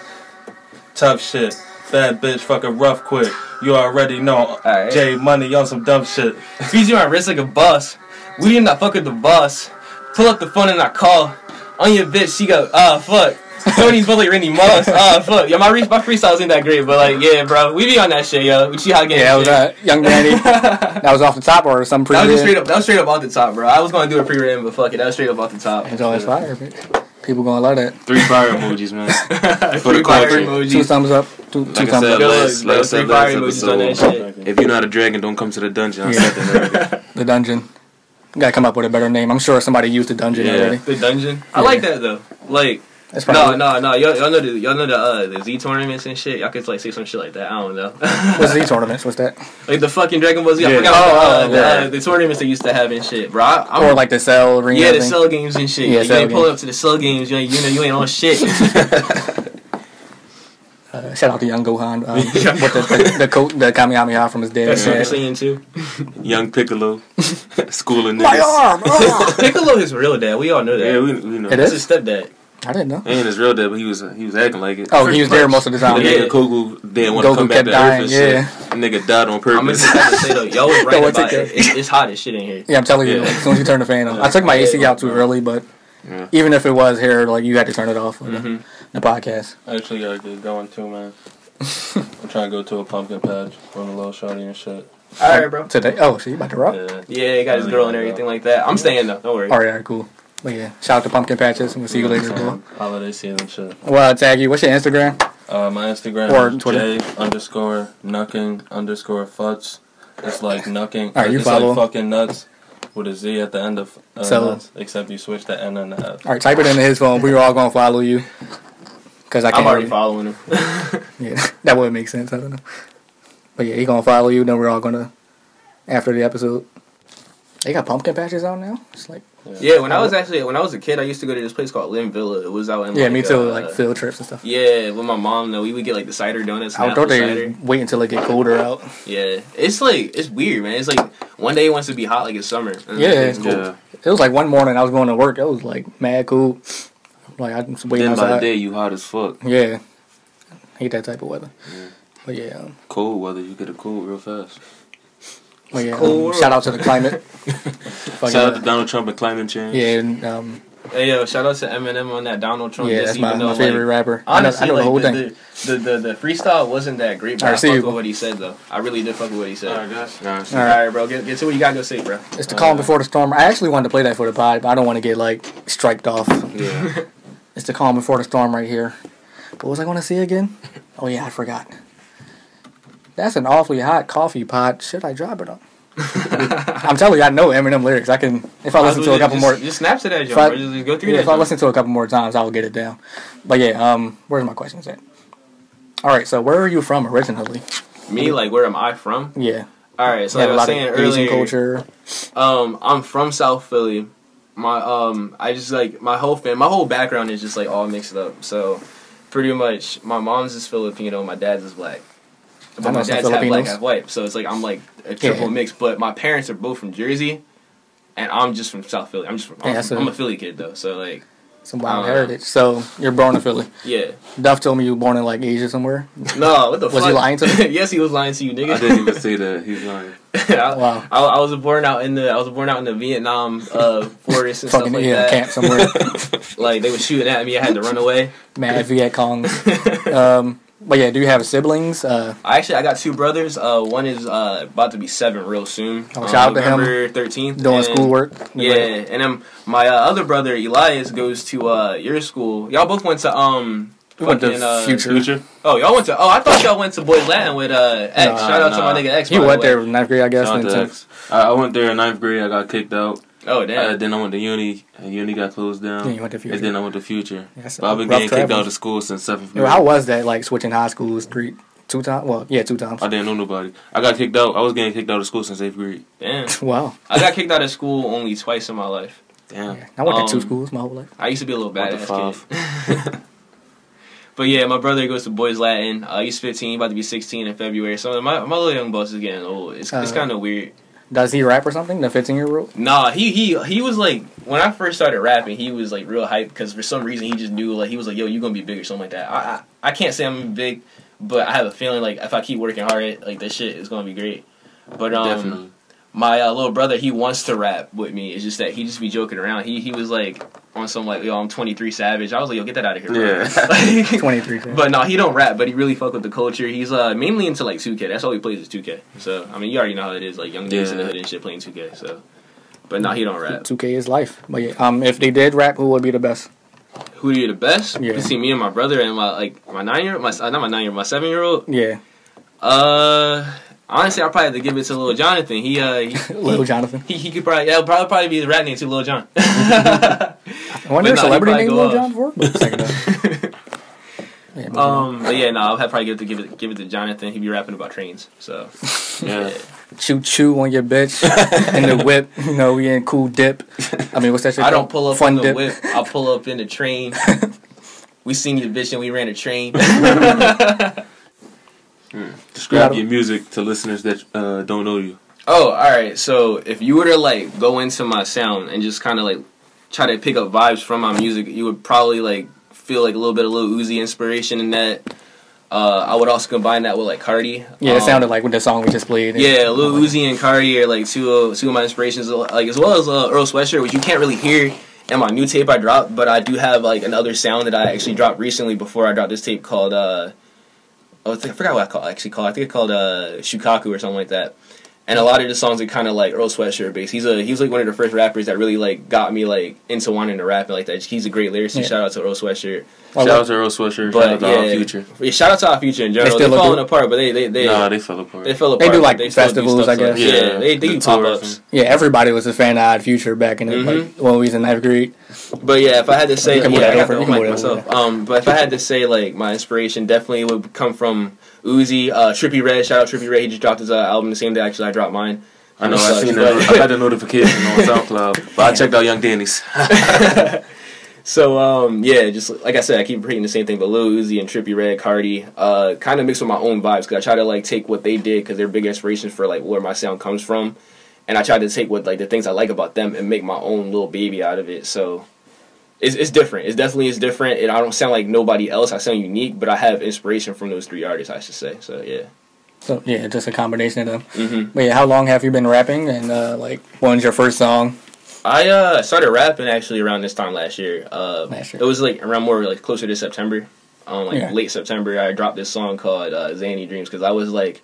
E: tough shit. Bad bitch, fucking rough quick. You already know. uh,
B: Alright.
E: J Money on some dumb shit.
B: Squeeze my wrist like a bus. We did not fuck with the boss. Pull up the phone and I call. On your bitch, she go, ah, fuck. Tony's bully Randy Moss. Ah, fuck. Yeah, my, re- my freestyles ain't that great, but like, yeah, bro. We be on that shit, yo. We see how it
C: Yeah, that was
B: shit.
C: uh, Young Danny. that was off the top or some pre
B: That was just straight up. That was straight up off the top, bro. I was gonna do a pre-written, but fuck it. That was straight up off the top.
C: It's always fire, bitch. People gonna love that.
D: Three fire emojis, man. For
B: Free
D: the
B: fire
D: culture.
B: emojis.
C: Two thumbs up. Two, two
D: Like I
C: thumbs
D: said,
C: up.
D: last,
B: Bro,
D: like I
B: free
D: said,
B: fire
D: last
B: emojis on that
D: episode.
B: shit.
D: If you're not a dragon, don't come to the dungeon. I
C: Yeah.
D: said
B: uh,
D: that earlier.
C: The dungeon. Gotta come up with a better name. I'm sure somebody used the dungeon
D: Yeah.
C: already.
B: The dungeon. I
C: Yeah.
B: like that though. Like
C: That's
B: no,
C: probably
B: no, no. Y'all, y'all know the y'all know the uh, the Z tournaments and shit. Y'all could like say some shit like that. I don't know.
C: What's these tournaments? What's that?
B: like the fucking Dragon Ball Z. I
D: Yeah.
B: forgot
C: Oh,
B: what the, uh,
C: oh,
B: the, uh,
C: yeah.
B: the tournaments they used to have and shit, bro. I, I'm,
C: Or like the cell arena.
B: yeah, the
C: thing?
B: cell games and shit.
C: Yeah,
B: Yeah, you
C: cell
B: ain't pulling
C: games.
B: up to the cell games. You ain't, you know you ain't on shit.
C: Uh, shout out to Young Gohan. Um, with the, the, the, co- the Kamehameha from his dad.
B: That's what
C: Yeah.
B: I'm saying too.
D: Young Piccolo, school of niggas.
C: My arm! ah!
B: Piccolo is real dad. We all know that.
D: Yeah, we, we know.
C: It
B: That's
C: is?
B: his stepdad.
C: I didn't know.
D: And it's real dead, but he was he was acting like it.
C: Oh, he was there most of the
D: The
C: time.
B: Yeah.
D: nigga Kogu didn't want to
C: Goku
D: come back
C: kept
D: to
C: dying,
D: Earth and
C: yeah.
D: shit. Nigga died on
B: I'm
D: purpose.
B: just about to say though, y'all was
C: Don't
B: right about
C: take
B: it. It's, it's hot as shit in here.
C: Yeah, I'm telling you.
D: Yeah.
C: As soon as you turn the fan on, I took my AC out too early, but
D: Yeah.
C: even if it was here, like you had to turn it off. For
B: Mhm.
C: the, the podcast.
E: I actually gotta get going too, man. I'm trying to go to a pumpkin patch, run a little shorty and shit.
B: All right, bro.
C: Today. Oh, so you about to rock?
E: Yeah.
B: Yeah, he got his girl and everything like that. I'm staying though. Don't worry.
C: All right, all right, cool. But yeah, shout out to Pumpkin Patches, and we'll see you later. Cool.
E: Holiday season shit.
C: Well, I'll tag you. What's your Instagram?
E: Uh, my Instagram
C: Or
E: is
C: Twitter.
E: J underscore nucking underscore futz. It's like nucking.
C: Alright, you
E: it's
C: follow.
E: like fucking nuts with a Z at the end of uh,
C: So-
E: nuts, except you switch the N and the F.
C: All right, type it into his phone. We were all gonna follow you because I can't.
B: I'm already
C: really-
B: following him.
C: Yeah, that would make sense. I don't know. But yeah, he gonna follow you. Then we're all gonna after the episode. They got pumpkin patches on now. It's like
B: Yeah, when I was actually when I was a kid, I used to go to this place called Lynn Villa. It was out in
C: yeah, me too.
B: uh,
C: Like field trips and stuff.
B: yeah, with my mom though, we would get like the cider donuts. And
C: I thought
B: apple
C: they
B: cider.
C: wait until it get colder out.
B: Yeah, it's like it's weird, man. It's like one day it wants to be hot like it's summer. and
C: Yeah.
B: it's cool.
D: yeah.
C: It was like one morning I was going to work. It was like mad cool. Like I was waiting
D: Then by the
C: outside.
D: day, you hot as fuck.
C: Yeah, hate that type of weather. But yeah, um,
D: Cold weather, you get a cold real fast.
C: but yeah.
B: cool
C: um,
B: world.
C: shout out to the climate. Fucking,
D: Shout out
C: uh,
D: to Donald Trump and climate change.
C: yeah, and, um,
B: Hey yo, shout out to Eminem on that Donald
D: Oh,
B: Trump.
C: yeah.
B: diss,
C: That's my,
B: even
C: my
B: though,
C: favorite
B: like,
C: rapper.
B: Honestly,
C: I know, I know
B: like,
C: the whole thing.
B: the, The, the, the freestyle wasn't that great, but
C: All right,
B: I,
C: see
B: fuck
C: you.
B: with what he said though. I really did fuck with what he said. All right,
D: Alright,
C: All right.
B: bro, get, get to what you gotta go say, bro.
C: It's the calm before the storm. I actually wanted to play that for the pod, but I don't want to get like striped off.
D: Yeah.
C: It's the calm before the storm right here. But what was I going to see again? Oh yeah, I forgot. That's an awfully hot coffee pot. Should I drop it on? I'm telling you, I know Eminem lyrics. I can if I listen to a couple
B: just,
C: more.
B: Just snaps to that, yo,
C: If I-
B: bro. Just, just go through
C: Yeah,
B: that.
C: if I
B: joint.
C: listen to it a couple more times, I'll get it down. But yeah, um, where's my questions at? All right, so where are you from originally?
B: Me, like, where am I from?
C: Yeah,
B: All right, so
C: you
B: like I
C: have
B: was saying earlier,
C: culture.
B: Um, I'm from South Philly. My um, I just like my whole fam, my whole background is just like all mixed up. So, pretty much, my mom's is Filipino, my dad's is black.
C: I
B: But
C: know
B: my
C: some
B: dad's half black,
C: Filipinos.
B: half white. So it's like I'm like a triple
C: Yeah.
B: mix. But my parents are both from Jersey, and I'm just from South Philly. I'm just from, I'm,
C: Yeah,
B: from-
C: so-
B: I'm a Philly kid though. So like,
C: Some wild
B: Uh,
C: heritage. So you're born in Philly.
B: yeah.
C: Duff told me you were born in like Asia somewhere.
B: No, what the
C: Was
B: fuck?
C: he lying to me?
B: yes, he was lying to you, nigga.
D: I didn't even see that. He's lying.
B: I,
C: Wow.
B: I, I was born out in the I was born out in the Vietnam uh, forest and stuff
C: Fucking
B: like
C: yeah,
B: that.
C: camp somewhere.
B: Like they were shooting at me, I had to run away.
C: Mad Viet Congs. Um, but yeah, do you have siblings? Uh,
B: I actually I got two brothers. Uh, one is uh, about to be seven real soon. Um,
C: Oh, shout out to him.
B: November thirteenth.
C: doing schoolwork?
B: Yeah, and then my uh, other brother Elias goes to uh, your school. Y'all both went to um.
C: We went to
B: fucking, uh,
C: Future.
D: Future?
B: Oh, y'all went to. Oh, I thought y'all went to Boy Latin with uh, X.
C: Nah,
B: Shout out
D: nah.
B: to my nigga X.
C: He
B: by the
C: went
B: way.
C: there in ninth grade, I guess.
D: Shout out
C: and
D: to
C: then-
D: X. I, I went there in ninth grade. I got kicked out.
B: Oh damn.
D: Uh, then I went to uni, and uni got closed down.
C: Then you went to Future.
D: And then I went to Future.
C: Yes,
D: But I've been
C: rough
D: getting kicked
C: travel.
D: out of school since seventh
C: Yo,
D: grade.
C: how was that? Like switching high schools three, two times? Well, yeah, two times.
D: I didn't know nobody. I got kicked out. I was getting kicked out of school since eighth grade.
B: damn.
C: Wow.
B: I got kicked out of school only twice in my life.
D: Damn.
C: I went to two
B: Um,
C: schools my whole life.
B: I used to be a little
D: Went to
B: badass kid. But yeah, my brother goes to Boys Latin. Uh, he's 15, about to be 16 in February. So my, my little young boss is getting old. It's, it's
C: Uh,
B: kind of weird.
C: Does he rap or something? The 15 year old?
B: Nah, he he he was like when I first started rapping, he was like real hype because for some reason he just knew like he was like, yo, you gonna be big or something like that. I, I I can't say I'm big, but I have a feeling like if I keep working hard, at it, like this shit is gonna be great. But um,
D: Definitely.
B: my uh, little brother, he wants to rap with me. It's just that he just be joking around. He he was like on some like yo, I'm 23 savage. I was like, yo, get that out of here. Bro.
D: Yeah.
B: Like,
C: 23. then.
B: But no, he don't rap, but he really fuck with the culture. He's uh mainly into like 2K. That's all he plays is 2K. So I mean, you already know how it is, like young dudes in the
D: Yeah.
B: hood and shit playing 2K. So, but no, he don't rap.
C: 2K is life. But yeah, um, if they did rap, who would be the best?
B: who do you the best?
C: Yeah.
B: You see me and my brother and my like my nine year my uh, not my nine year my seven year old.
C: Yeah,
B: Uh, honestly, I probably have to give it to little Jonathan. He uh he,
C: Little Jonathan.
B: he, he could probably that would probably probably be the rap name too, Little John.
C: I wonder
B: But
C: if
B: no,
C: celebrity
B: he'd
C: named Lil
B: probably
C: Jon for. But second up. Yeah, moving on.
B: um, but yeah, no, I'll have probably give it to give it give it to Jonathan. He'd be rapping about trains, so
D: Yeah.
C: Choo choo on your bitch in the whip. You know we in cool dip. I mean, what's that shit?
B: I
C: called?
B: don't pull up
C: Fun
B: in the
C: dip.
B: whip. I pull up in the train. we seen you, bitch, and we ran a train.
D: Describe
C: Yeah.
D: your music to listeners that uh, don't know you.
B: oh, all right. So if you were to like go into my sound and just kind of like try to pick up vibes from my music, you would probably like feel like a little bit of little Uzi inspiration in that. Uh, I would also combine that with like Cardi.
C: Yeah, it
B: Um,
C: sounded like when the song we just played.
B: Yeah, Lil Uzi and Cardi are like two of, two of my inspirations, like as well as uh, Earl Sweatshirt, which you can't really hear in my new tape I dropped, but I do have like another sound that I actually dropped recently before I dropped this tape called uh, oh, I, think- I forgot what I call actually called I think it called uh, Shukaku or something like that. And a lot of the songs are kind of like Earl Sweatshirt based. He's a he was like one of the first rappers that really like got me like into wanting to rap and like that. He's a great lyricist.
C: Yeah.
B: Shout out to Earl Sweatshirt.
D: Shout out to Earl Sweatshirt. Shout
B: But
D: out to
B: yeah,
D: Our Future.
B: Yeah, shout out to our future in general.
C: still
B: They're
C: look
B: falling
C: good?
B: apart, but they they they
D: Nah, they fell apart.
B: they fell apart.
C: They do, like,
B: but still do
C: festivals,
B: stuff,
C: I
B: so-
C: guess.
B: Yeah,
D: Yeah,
B: they, they
D: the
B: do pop ups.
D: tourism.
C: yeah. Everybody was a fan of Odd Future back in the,
B: Mm-hmm.
C: like, when we was in ninth grade.
B: But yeah, if I had to say,
C: You can
B: yeah,
C: move that
B: I got
C: over,
B: the
C: you
B: whole
C: can
B: mic
C: move that over,
B: myself. Um, but if I had to say, like, my inspiration definitely would come from Uzi, uh, Trippy Red. Shout out Trippy Red. He just dropped his uh, album the same day actually I dropped mine.
D: I know.
B: It
D: I
B: sucks,
D: seen
B: but-
D: that. I got the notification on SoundCloud, but I checked out Young Danny's.
B: So um, yeah, just like I said, I keep repeating the same thing. But Lil Uzi and Trippy Red, Cardi, uh, kind of mixed with my own vibes because I try to like take what they did because they're big inspirations for like where my sound comes from, and I try to take what like the things I like about them and make my own little baby out of it. So it's it's different. It's definitely it's different. And I don't sound like nobody else. I sound unique, but I have inspiration from those three artists. I should say. So yeah.
C: So yeah, just a combination of them.
B: Mm-hmm.
C: But yeah, how long have you been rapping? And uh, like, when's your first song?
B: I uh started rapping actually around this time last year. Uh,
C: Last year.
B: It was like around more like closer to September, um, like
C: Yeah.
B: late September. I dropped this song called uh, "Zany Dreams" because I was like,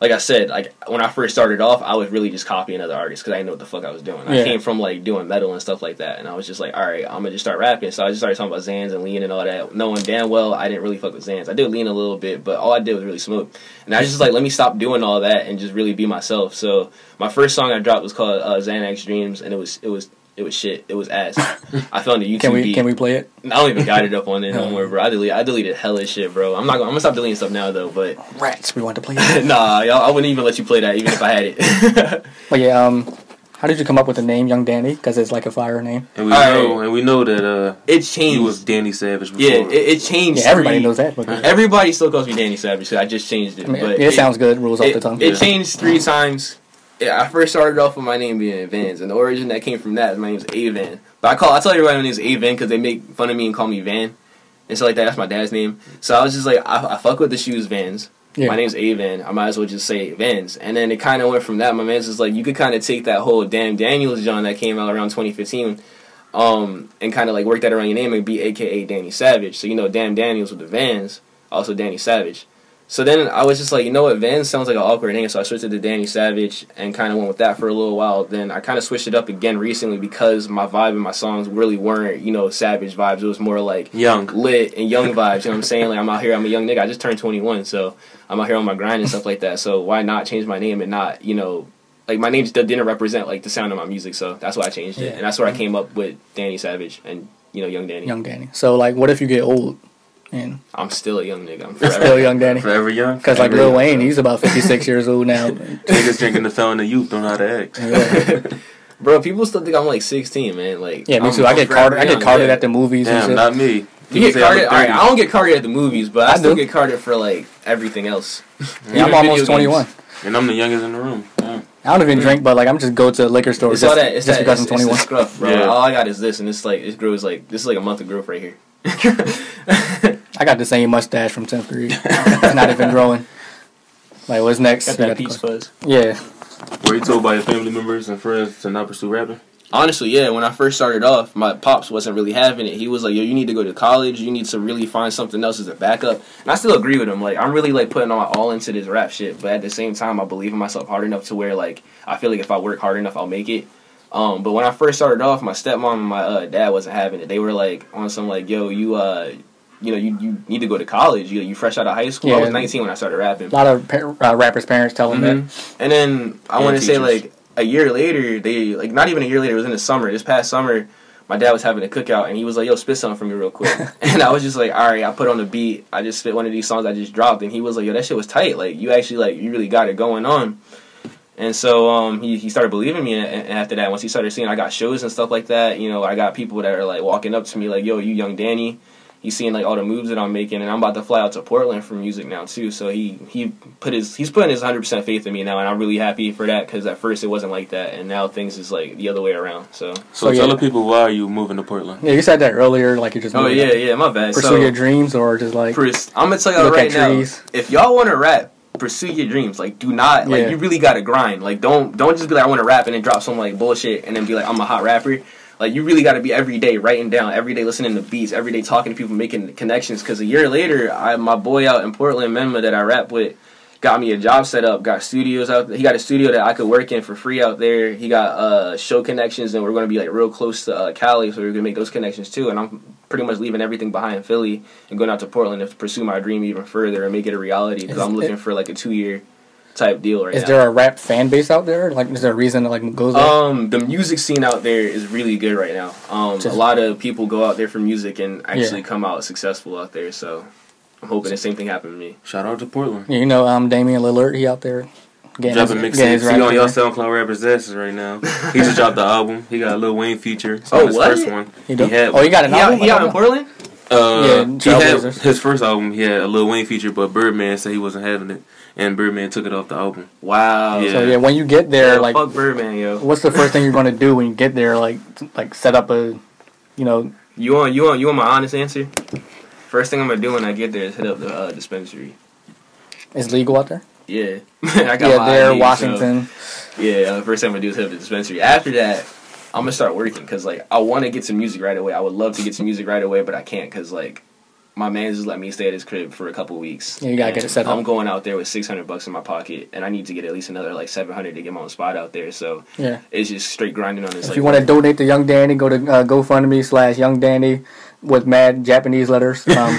B: like I said, like when I first started off, I was really just copying other artists because I didn't know what the fuck I was doing.
C: Yeah.
B: I came from like doing metal and stuff like that, and I was just like, all right, I'm gonna just start rapping. So I just started talking about Zans and Lean and all that, knowing damn well I didn't really fuck with Zans. I did Lean a little bit, but all I did was really smoke. And I was just like, let me stop doing all that and just really be myself. So my first song I dropped was called uh, Xanax Dreams, and it was it was it was shit. It was ass. I found a YouTube
C: Can we
B: beat.
C: can we play it?
B: I don't even got it up on there no more, bro. I deleted I deleted hella shit, bro. I'm not gonna, I'm gonna stop deleting stuff now though, but
C: Rats, we want to play it.
B: nah, y'all, I wouldn't even let you play that even if I had it.
C: but yeah, um, how did you come up with the name Young Danny? Because it's like a fire name.
D: And we
B: All right.
D: know, and we know that uh,
B: it
D: he
B: changed.
D: was Danny Savage before.
B: yeah, it, it changed.
C: Yeah, everybody
B: three-
C: knows that. Because,
B: Everybody still calls me Danny Savage. 'cause I just changed it.
C: I mean,
B: but
C: it, sounds good. Rules off
B: It,
C: the tongue.
B: it
D: Yeah.
B: changed three times. Yeah, I first started off with my name being Vans, and the origin that came from that is my name's Avan. But I call I tell everybody my name's Avan because they make fun of me and call me Van, and so like that. That's my dad's name. So I was just like, I, I fuck with the shoes Vans.
C: Yeah.
B: My name's Avan. I might as well just say Vans. And then it kind of went from that. My man's just like, you could kind of take that whole damn Daniels John that came out around 2015 um, and kind of like work that around your name and be AKA Danny Savage. So you know, Damn Daniels with the Vans, also Danny Savage. So then I was just like, you know what, Vans sounds like an awkward name, so I switched it to Danny Savage and kind of went with that for a little while. Then I kind of switched it up again recently because my vibe and my songs really weren't, you know, Savage vibes. It was more like
D: Young.
B: lit and young vibes. You know what I'm saying? Like I'm out here, I'm a young nigga. I just turned 21, so I'm out here on my grind and stuff like that. So why not change my name and not, you know, like my name just didn't represent like the sound of my music. So that's why I changed
C: Yeah. Mm-hmm.
B: it, and that's where I came up with Danny Savage and you know, Young Danny.
C: Young Danny. So like, what if you get old and
B: I'm still a young nigga. I'm
C: still
B: forever.
C: Young Danny?
D: Forever young.
C: Because like
D: Forever
C: Lil
D: young.
C: Wayne, he's about fifty six years old now.
D: Niggas drinking the fountain of youth don't know how to act.
C: Yeah,
B: Bro, people still think I'm like 16, man. Like
C: Yeah, me
B: I'm-
C: too. I
B: I'm
C: get
B: forever
C: carded. I get
B: young,
C: carded
B: yeah.
C: at the movies and
D: Damn,
C: shit.
D: not me.
B: You
D: People
B: get
D: say I'm a
B: carded. All right,
D: 30.
B: I don't get carded at the movies, but I,
C: I
B: still
C: do.
B: get carded for like everything else.
C: Yeah, I'm
B: Even video
C: almost
B: games.
C: twenty one.
D: And I'm the youngest in the room. Yeah.
C: I don't even drink, but like I'm just go to a liquor store
B: It's
C: just,
B: all that. It's
C: just
B: that.
C: because
B: It's,
C: I'm
B: it's the
C: 21.
B: scruff, bro.
D: Yeah.
B: All I got is this, and it's like it grows like this is like a month of growth right here.
C: I got the same mustache from 10th grade. it's not even growing. Like what's next?
B: Got
C: You
B: that
C: got the
B: peach
C: question.
B: fuzz.
C: yeah,
D: Were you told by your family members and friends to not pursue rapping?
B: Honestly, yeah. When I first started off, my pops wasn't really having it. He was like, "Yo, you need to go to college. You need to really find something else as a backup." And I still agree with him. Like, I'm really like putting all my all into this rap shit, but at the same time, I believe in myself hard enough to where like I feel like if I work hard enough, I'll make it. Um, but when I first started off, my stepmom and my uh, dad wasn't having it. They were like on some like, "Yo, you uh, you know, you, you need to go to college. You you fresh out of high school." I
C: Yeah.
B: was 19 when I started rapping.
C: A lot of par- uh, rappers' parents tell them
B: Mhm. And then I
D: And
B: want to say
D: teachers.
B: like a year later, they like not even a year later. It was in the summer. This past summer, my dad was having a cookout, and he was like, "Yo, spit something for me real quick." and I was just like, "All right." I put on the beat. I just spit one of these songs I just dropped, and he was like, "Yo, that shit was tight. Like you actually like you really got it going on." And so um, he, he started believing me, and, and after that, once he started seeing I got shows and stuff like that, you know, I got people that are like walking up to me like, "Yo, you young Danny." He's seeing like all the moves that I'm making, and I'm about to fly out to Portland for music now too. So he he put his he's putting his 100 percent faith in me now, and I'm really happy for that because at first it wasn't like that, and now things is like the other way around. So
D: So,
C: So,
D: tell
C: yeah.
D: the people why are you moving to Portland?
C: that. Yeah, you said that earlier. Like you just
B: oh
C: moved
B: yeah
C: on.
B: yeah my bad.
C: pursue
B: so,
C: your dreams or just like
B: Pers- I'm gonna tell y'all
C: Look
B: right
C: at
B: now.
C: trees.
B: If y'all want to rap, pursue your dreams. Like, do not like
C: Yeah.
B: you really gotta grind. Like, don't don't just be like I want to rap and then drop some like bullshit and then be like I'm a hot rapper. Like, you really gotta be every day writing down, every day listening to beats, every day talking to people, making connections. Because a year later, I my boy out in Portland, Memma, that I rap with. Got me a job set up. Got studios out. He got a studio that I could work in for free out there. He got uh, show connections, and we're going to be like real close to uh, Cali, so we're going to make those connections too. And I'm pretty much leaving everything behind in Philly and going out to Portland to pursue my dream even further and make it a reality because
C: Is
B: I'm looking
C: it-
B: for like a two year type deal right
C: is
B: now.
C: there a rap fan base out there like is there a reason that like goes up?
B: um, the music scene out there is really good right now. Um, a
C: Just-
B: lot of people go out there for music and actually
C: Yeah.
B: come out successful out there. So I'm hoping the same thing happened to me.
D: Shout out to Portland.
C: you know um Damian Lillard he out there getting
D: Dropping
C: his-
D: mixtapes.
C: getting his
D: He
C: rap
D: on y'all
C: on.
D: SoundCloud rappers' asses right now. He just dropped the album. He got a Lil Wayne feature. It's on
B: Oh,
D: his
B: what?
D: first one.
C: He do-
D: had
C: oh, he got an
B: He out,
C: album.
B: he
C: I
B: out
C: don't
B: in
C: know.
B: Portland?
D: Uh,
C: Yeah,
D: he had
C: Trailblazers.
D: his first album. He had a Lil Wayne feature, but Birdman said he wasn't having it, and Birdman took it off the album.
B: Wow.
D: Yeah.
B: Yeah.
C: Oh, So yeah, when you get there, like,
B: fuck Birdman, yo.
C: what's the first thing you're gonna do when you get there? Like, t- like set up a, you know,
B: You want you want you want my honest answer? First thing I'm gonna do when I get there is hit up the uh, dispensary.
C: is legal out there?
B: Yeah, I got
C: Yeah,
B: my
C: there,
B: ID, so-
C: Washington.
B: Yeah, the first time I do is hit up the dispensary. After that, I'm gonna start working because like I want to get to music right away. I would love to get to music right away, but I can't because like my man just let me stay at his crib for a couple weeks.
C: Yeah, you gotta get
B: And
C: it set up.
B: I'm going out there with 600 bucks in my pocket, and I need to get at least another like 700 to get my own spot out there. So
C: Yeah.
B: it's just straight grinding on this.
C: If
B: like,
C: you want to donate to Young Danny, go to uh, GoFundMe slash Young Danny with mad Japanese letters. Um,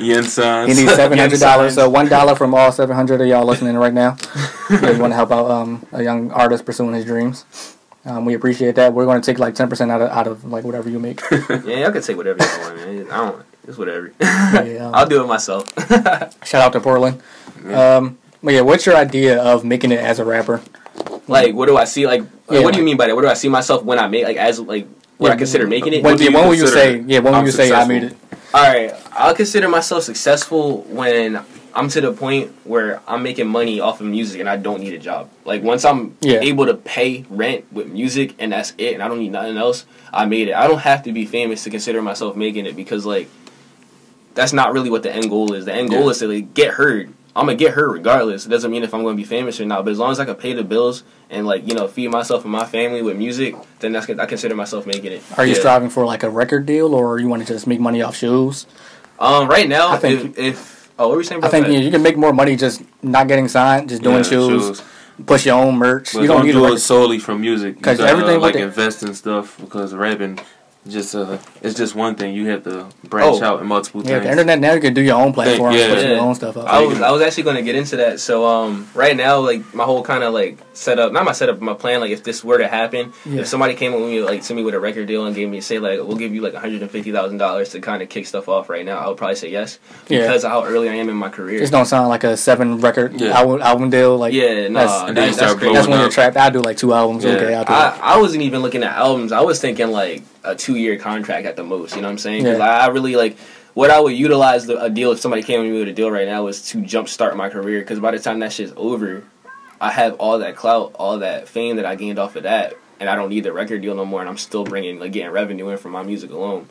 D: Yen signs.
C: he needs seven hundred
B: signs.
C: dollars, so one dollar from all seven hundred of y'all listening right now. if you want to help out um, a young artist pursuing his dreams, um, we appreciate that. We're going to take like ten percent out of out of like whatever you make.
B: yeah, y'all can take whatever you want, man. I don't. It's whatever.
C: Yeah, um,
B: I'll do it myself.
C: Shout out to Portland. Um, but yeah, what's your idea of making it as a rapper?
B: like, what do I see? Like,
C: Yeah,
B: what do
C: like-
B: you mean by that? What do I see myself when I make? Like, as like. What
C: Yeah,
B: I consider making it.
C: When,
D: do you
C: when will you say?
D: consider
C: Yeah, when will
D: I'm
C: you say I
D: successful?
C: made it?
B: All right, I'll consider myself successful when I'm to the point where I'm making money off of music and I don't need a job. Like once I'm
C: Yeah.
B: able to pay rent with music and that's it, and I don't need nothing else, I made it. I don't have to be famous to consider myself making it because like that's not really what the end goal is. The end goal
D: Yeah.
B: is to like, get heard. I'm gonna get heard regardless. It doesn't mean if I'm gonna be famous or not, but as long as I can pay the bills and like you know feed myself and my family with music, then that's I consider myself making it.
C: Are you
B: Yeah.
C: striving for like a record deal, or you want to just make money off shoes?
B: Um, right now,
C: I think-
B: if, if oh, what were you saying?
C: I
B: About
C: think
B: that?
C: you, you can make more money just not getting signed, just doing
D: Yeah,
C: shoes, push your own merch.
D: But
C: you don't need a
D: do
C: record.
D: it solely from music.
C: 'Cause
D: Because
C: everything
D: everything
C: with
D: like
C: the-
D: invest in stuff because rapping just uh it's just one thing. You have to branch
B: Oh.
D: out in multiple
C: yeah,
D: things.
C: the internet now you can do your own platform,
D: yeah.
C: put your own stuff
B: I
C: up.
B: was I was actually going to get into that. So um, right now, like my whole kind of like setup, not my setup, my plan. Like if this were to happen,
C: Yeah.
B: if somebody came with me like to me with a record deal and gave me say like we'll give you like one hundred and fifty thousand dollars to kind of kick stuff off right now, I would probably say yes
C: Yeah.
B: because of how early I am in my career.
C: Just don't sound like a seven record
D: Yeah.
C: album, album deal. Like
B: yeah, no,
C: that's,
B: that's,
D: And then you
B: that's,
D: start
B: crazy.
C: that's when
D: blowing
C: you're
D: up.
C: trapped. I do like two albums.
D: Yeah.
C: Okay, I'll do that.
B: I, I wasn't even looking at albums. I was thinking like a two year contract at the most. You know what I'm saying? 'Cause
C: Yeah.
B: I, I really like what I would utilize the, a deal if somebody came to me with a deal right now was to jumpstart my career. Because by the time that shit's over, I have all that clout, all that fame that I gained off of that, and I don't need the record deal no more. And I'm still bringing like getting revenue in from my music alone.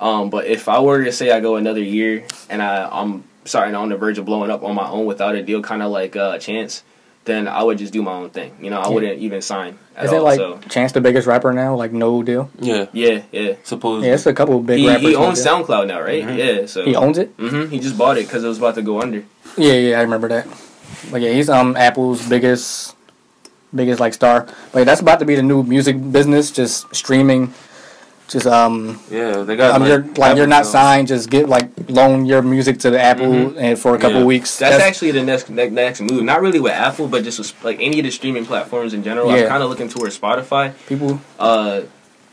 B: Um, but if I were to say I go another year and I, I'm starting on the verge of blowing up on my own without a deal, kind of like uh, chance. Then I would just do my own thing, you know. I wouldn't even sign. At
C: Is
B: all,
C: it like
B: so.
C: Chance the biggest rapper now? Like no deal.
D: yeah,
B: Yeah, yeah.
D: supposedly.
C: Yeah, it's a couple big
B: He,
C: rappers.
B: he
C: no
B: owns
C: deal.
B: SoundCloud now, right? Yeah. So
C: Mm-hmm. He owns it.
B: hmm He just bought it because it was about to go under.
C: Yeah, yeah, I remember that. But yeah, he's um Apple's biggest biggest like star. But yeah, that's about to be the new music business, just streaming. Just um,
D: Yeah, they got.
C: um, you're like you're not
D: Apple
C: signed. Just get like loan your music to the Apple and for a couple
D: Yeah.
C: weeks.
B: Mm-hmm. That's, actually the next ne- next move. Not really with Apple, but just with, like any of the streaming platforms in general.
C: Yeah.
B: I'm kind of looking towards Spotify.
C: people.
B: Uh,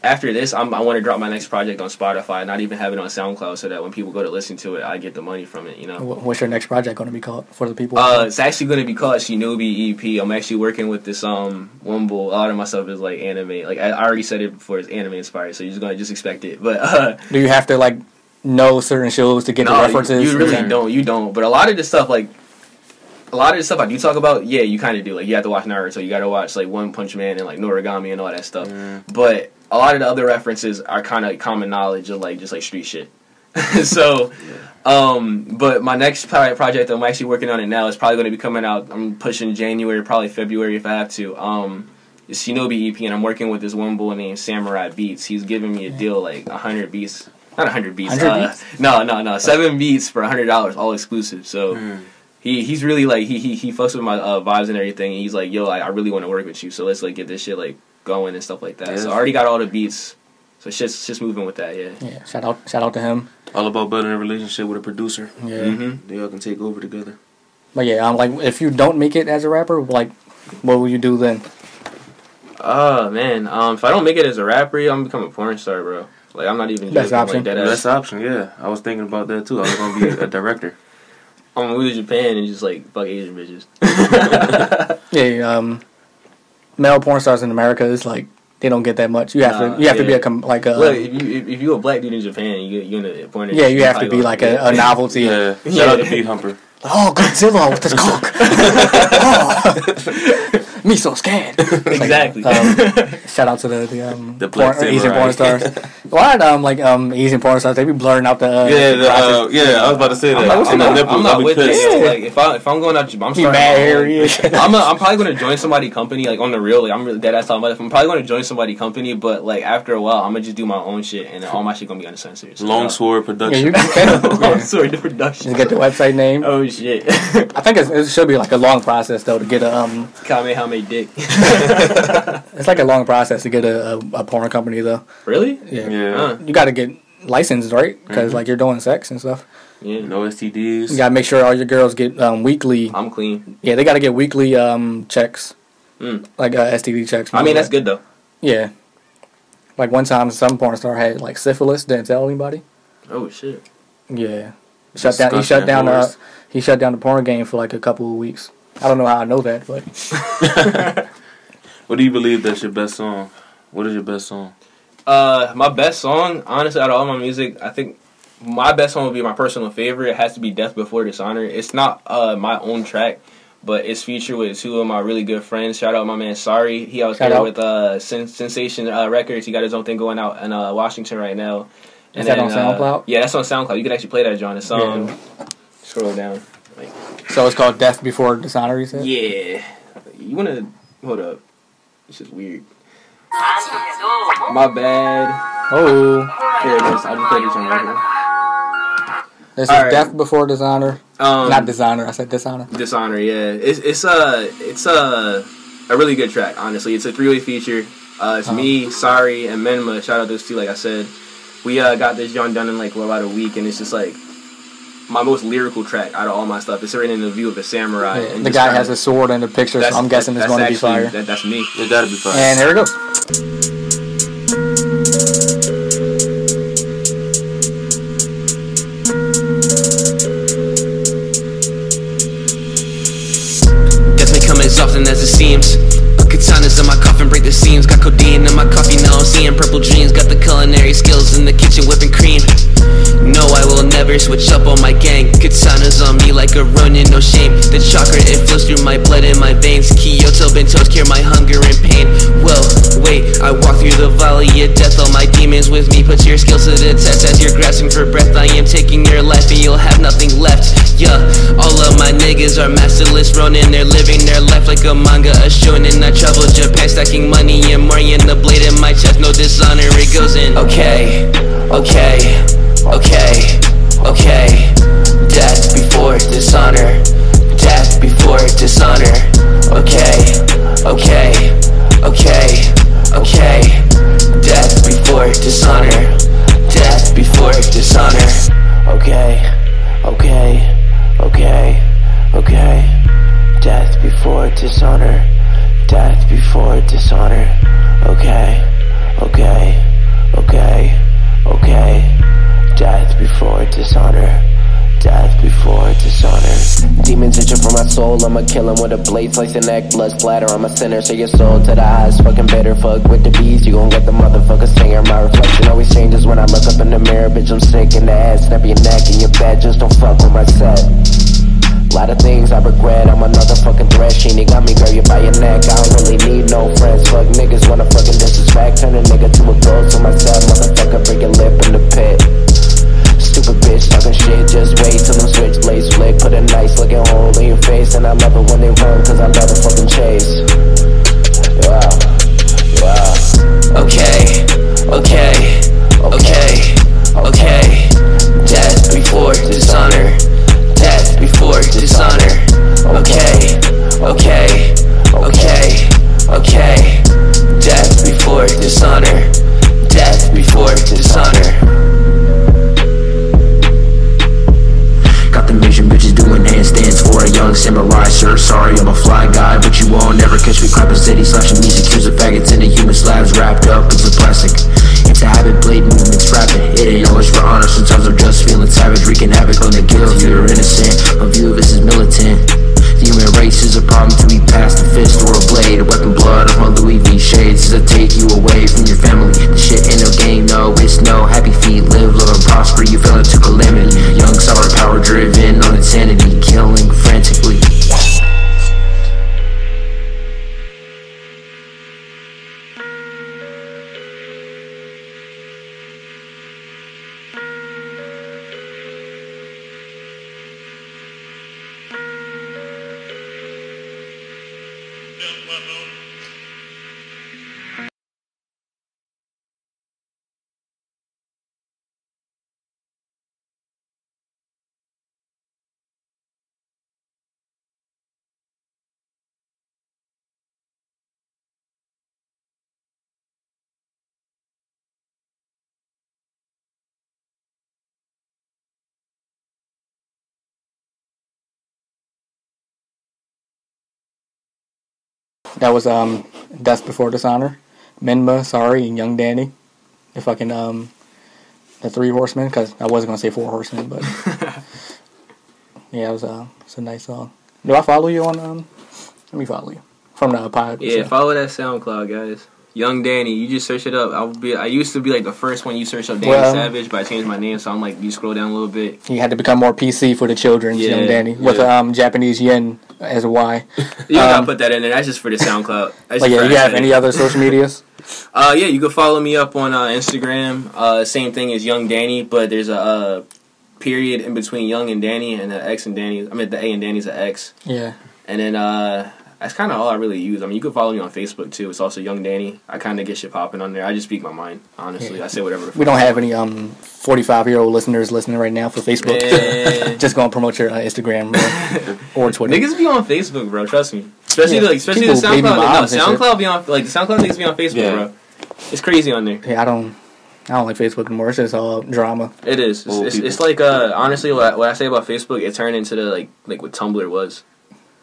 B: after this, I'm, I want to drop my next project on Spotify, not even have it on SoundCloud, so that when people go to listen to it, I get the money from it. You know.
C: Wh- What's your next project going to be called for the people?
B: Uh, it's actually going to be called Shinobi EP. I'm actually working with this um one bull. A lot of my stuff is like anime. Like I, I already said it before, it's anime inspired. So you're just gonna just expect it. But uh,
C: Do you have to like know certain shows to get
B: no,
C: the
B: you-
C: references?
B: you, really
C: Yeah.
B: don't. You don't. But a lot of the stuff like. A lot of the stuff I do talk about, yeah, you kind of do. Like, you have to watch Naruto, you got to watch like One Punch Man and like Noragami and all that stuff. But a lot of the other references are kind of common knowledge of like just like street shit. so, um, but my next pro- project I'm actually working on it now is probably going to be coming out. I'm pushing January, probably February if I have to. Um, it's Shinobi EP, and I'm working with this one boy named Samurai Beats. He's giving me a deal like hundred beats, not hundred beats.
C: 100
B: uh,
C: beats?
B: No, no, no, seven beats for hundred dollars, all exclusive. So.
C: Hmm.
D: Hmm.
B: He, he's really like he he, he fucks with my uh, vibes and everything. And he's like, yo, I, I really want to work with you, so let's like get this shit like going and stuff like that.
D: Yes.
B: So I already got all the beats, so shit's just moving with that. Yeah.
C: Yeah, shout out, shout out to him.
D: All about building a relationship with a producer.
C: Yeah,
B: Mm-hmm.
D: They all can take over together.
C: but yeah, I'm like, if you don't make it as a rapper, like, what will you do then?
B: Oh man, um, if I don't make it as a rapper, I'm gonna become a porn star, bro. Like I'm not even
C: Best
B: joking,
C: option.
B: Like, dead
D: That's
B: ass.
D: the option. Yeah, I was thinking about that too. I was gonna be a director.
B: I'm gonna move to Japan and just like fuck Asian bitches.
C: Yeah, um, male porn stars in America is like they don't get that much. You have
B: Nah,
C: to, you have to be
B: yeah.
C: a com- like a
B: Look, if you if, if you a black dude in Japan, you you in a porn.
C: yeah, you
B: industry,
C: have to
B: probably
C: be
B: gonna-
C: like a, a novelty.
D: Yeah, shout out to Beat Humper.
C: Oh, Godzilla with his cock. oh, me so scared.
B: exactly.
C: Um, shout out to the the, um,
D: The
C: porn,
D: Black
C: Asian
D: Samurai.
C: porn stars. A lot of um, like um, Asian porn stars, they be blurring out the uh,
D: Yeah, the, uh, yeah. I was about to say that.
B: I'm not,
D: On
B: I'm
D: the
B: not,
D: nipples,
B: I'm
D: I'll
B: not
D: be
B: with
D: pissed.
B: it. Like if I if I'm going out, to- I'm
C: be
B: starting.
C: mad
B: my own-
C: hairy.
B: I'm a, I'm probably gonna join somebody company like on the real. Like I'm really dead ass talking about it. I'm probably gonna join somebody company, but like after a while, I'm gonna just do my own shit, and all my shit gonna be uncensored. So,
D: Long
B: no.
D: Sword
C: yeah, you
D: Production.
B: Long
C: yeah.
B: story, the production.
C: Just get the website name.
B: Oh shit!
C: I think it's, it should be like a long process though to get a um.
B: Kamehameha dick.
C: It's like a long process to get a, a, a porn company though.
B: Really?
C: Yeah,
D: Yeah.
B: Huh.
C: you got to get licensed right
B: Mm-hmm.
C: because like you're doing sex and stuff.
B: Yeah.
D: No STDs.
C: You got to make sure all your girls get um, weekly.
B: I'm clean.
C: Yeah, they got to get weekly um checks,
B: Mm.
C: like uh, STD checks.
B: I mean, that's good though.
C: Yeah. Like one time, some porn star had like syphilis. Didn't tell anybody.
B: Oh shit.
C: Yeah, shut down. He shut
D: Disgusting
C: down. Uh,
D: whores.
C: he shut down the porn game for like a couple of weeks. I don't know how I know that, but
D: What do you believe that's your best song? What is your best song?
B: Uh, my best song, honestly, out of all my music, I think my best song would be my personal favorite. It has to be "Death Before Dishonor." It's not uh my own track, but it's featured with two of my really good friends. Shout out my man Sorry. He out
C: Shout
B: there
C: out.
B: with uh Sen- Sensation uh, Records. He got his own thing going out in uh, Washington right now.
C: Is that on
B: uh,
C: SoundCloud?
B: yeah, that's on SoundCloud. You can actually play that, John. It's um,
C: Yeah.
B: scroll down.
C: so it's called Death Before Dishonor. You said.
B: Yeah. You wanna hold up. This is weird. My bad.
C: Oh,
B: Here it is. I just played this on right
C: this is
B: All right.
C: Death Before Dishonor.
B: here. Um
C: Not Dishonor. I said Dishonor.
B: Dishonor, yeah. It's it's uh it's uh a really good track, honestly. It's a three way feature. Uh
C: Uh-huh.
B: it's me, sorry, and Menma. Shout out those two, like I said. We uh got this John done in like about a week and it's just like my most lyrical track out of all my stuff. It's written in the view of a samurai.
C: Yeah,
B: and
C: the
B: just
C: guy
B: kinda-
C: has a sword in the picture, so
B: that's-
C: I'm guessing it's
B: that's
C: going to be
B: actually-
C: fire. Uh-huh.
B: That, that's me.
D: It gotta be fire.
C: And here we go.
F: Death may come as often as it seems. A katana's in my coffin, break the seams. Got codeine in my coffee, now I'm seeing purple dreams. Got the culinary skills in the kitchen, whipping cream. No, I will never switch up on my gang. Katana's on me like a ronin, no shame. The chakra, it flows through my blood and my veins. Kyoto bentos cure my hunger and pain. Well, wait, I walk through the valley of death. All my demons with me, put your skills to the test. As you're grasping for breath, I am taking your life and you'll have nothing left. Yeah, all of my niggas are masterless Ronin. They're living their life like a manga, a shonen. I travel Japan, stacking money and more. And the blade in my chest, no dishonor, it goes in. Okay, okay, okay, okay. Death before dishonor. Death before dishonor. Okay, okay,
H: dishonor. Death before dishonor. Okay, okay, okay, okay. Death before dishonor. Death before dishonor.
I: Demons itching for my soul. I'ma kill 'em with a blade, slice the neck, blood splatter. I'm a sinner, so your soul to the eyes. Fucking bitter, fuck with the bees. You gon' get the motherfucker singer. My reflection always changes when I look up in the mirror. Bitch, I'm sick in the ass. Snap your neck in your bed. Just don't fuck with my set. Lot of things I regret. I'm another fucking threat. She ain't got me, girl. You by your neck. I don't really need no friends. Fuck niggas wanna fucking disrespect. Turn a nigga to a ghost on my set. Motherfucker, break your lip in the pit. Stupid bitch talking shit, just wait till them switchblades flick. Put a nice looking hole in your face, and I love it when they run, cause I love the fucking chase. Yeah, yeah. Okay, okay, okay, okay. Death before dishonor. Death before dishonor. Okay, okay, okay, okay. Death before dishonor. Death before dishonor. Got the mission, bitches doing handstands for a young samurai, sir. Sorry, I'm a fly guy, but you won't never catch me clapping city, slashing music, cues of faggots into human slabs wrapped up. It's a plastic. It's a habit, blade movements rapid. It ain't always for honor, sometimes I'm just feeling savage, wreaking havoc on the guilt. You're innocent, my view of this is militant. The human race is a problem to be passed, a fist or a blade, a weapon blood of my Louis V shades. Does it take you away from your family? The shit ain't no game, no, it's no happy feet. Live, love, and prosper, you fell into calamity. Young, sour, power driven on insanity, killing frantically.
C: That was um, Death Before Dishonor, Minma, Sorry, and Young Danny. The fucking um, the Three Horsemen. Because I wasn't gonna say Four Horsemen, but yeah, it was uh, it's a nice song. Do I follow you on um? Let me follow you from the pod.
B: Yeah, follow that SoundCloud, guys. Young Danny, you just search it up. I'll be. I used to be like the first one you search up Danny
C: Well-
B: Savage, but I changed my name, so I'm like you scroll down a little bit.
C: He had to become more PC for the children,
B: Yeah,
C: Young Danny, with
B: yeah.
C: um Japanese yen as a Y.
B: You gotta
C: Um,
B: put that in there. That's just for the SoundCloud. That's
C: Like,
B: just
C: yeah,
B: for
C: you have
B: aesthetic.
C: any other social medias?
B: Uh, yeah, you can follow me up on uh, Instagram. Uh, same thing as Young Danny, but there's a uh, period in between Young and Danny, and the X and Danny. I mean, the A and Danny's an X.
C: Yeah,
B: And then uh, that's kind of all I really use. I mean, you can follow me on Facebook too. It's also Young Danny. I kind of get shit popping on there. I just speak my mind, honestly.
C: Yeah.
B: I say whatever. The
C: we don't have any um forty five year old listeners listening right now for Facebook.
B: Yeah.
C: Just gonna promote your uh, Instagram or, or Twitter.
B: Niggas be on Facebook, bro. Trust me. Especially
C: Yeah,
B: like, especially the
C: people baby
B: SoundCloud. No,
C: moms and shit.
B: SoundCloud be on like the SoundCloud niggas be on Facebook,
D: Yeah.
B: bro. It's crazy on there.
C: Yeah, I don't. I don't like Facebook anymore. It's just all drama.
B: It is. It's,
D: Old
B: it's,
D: people.
B: it's like uh, honestly, what I, what I say about Facebook, it turned into the like like what Tumblr was.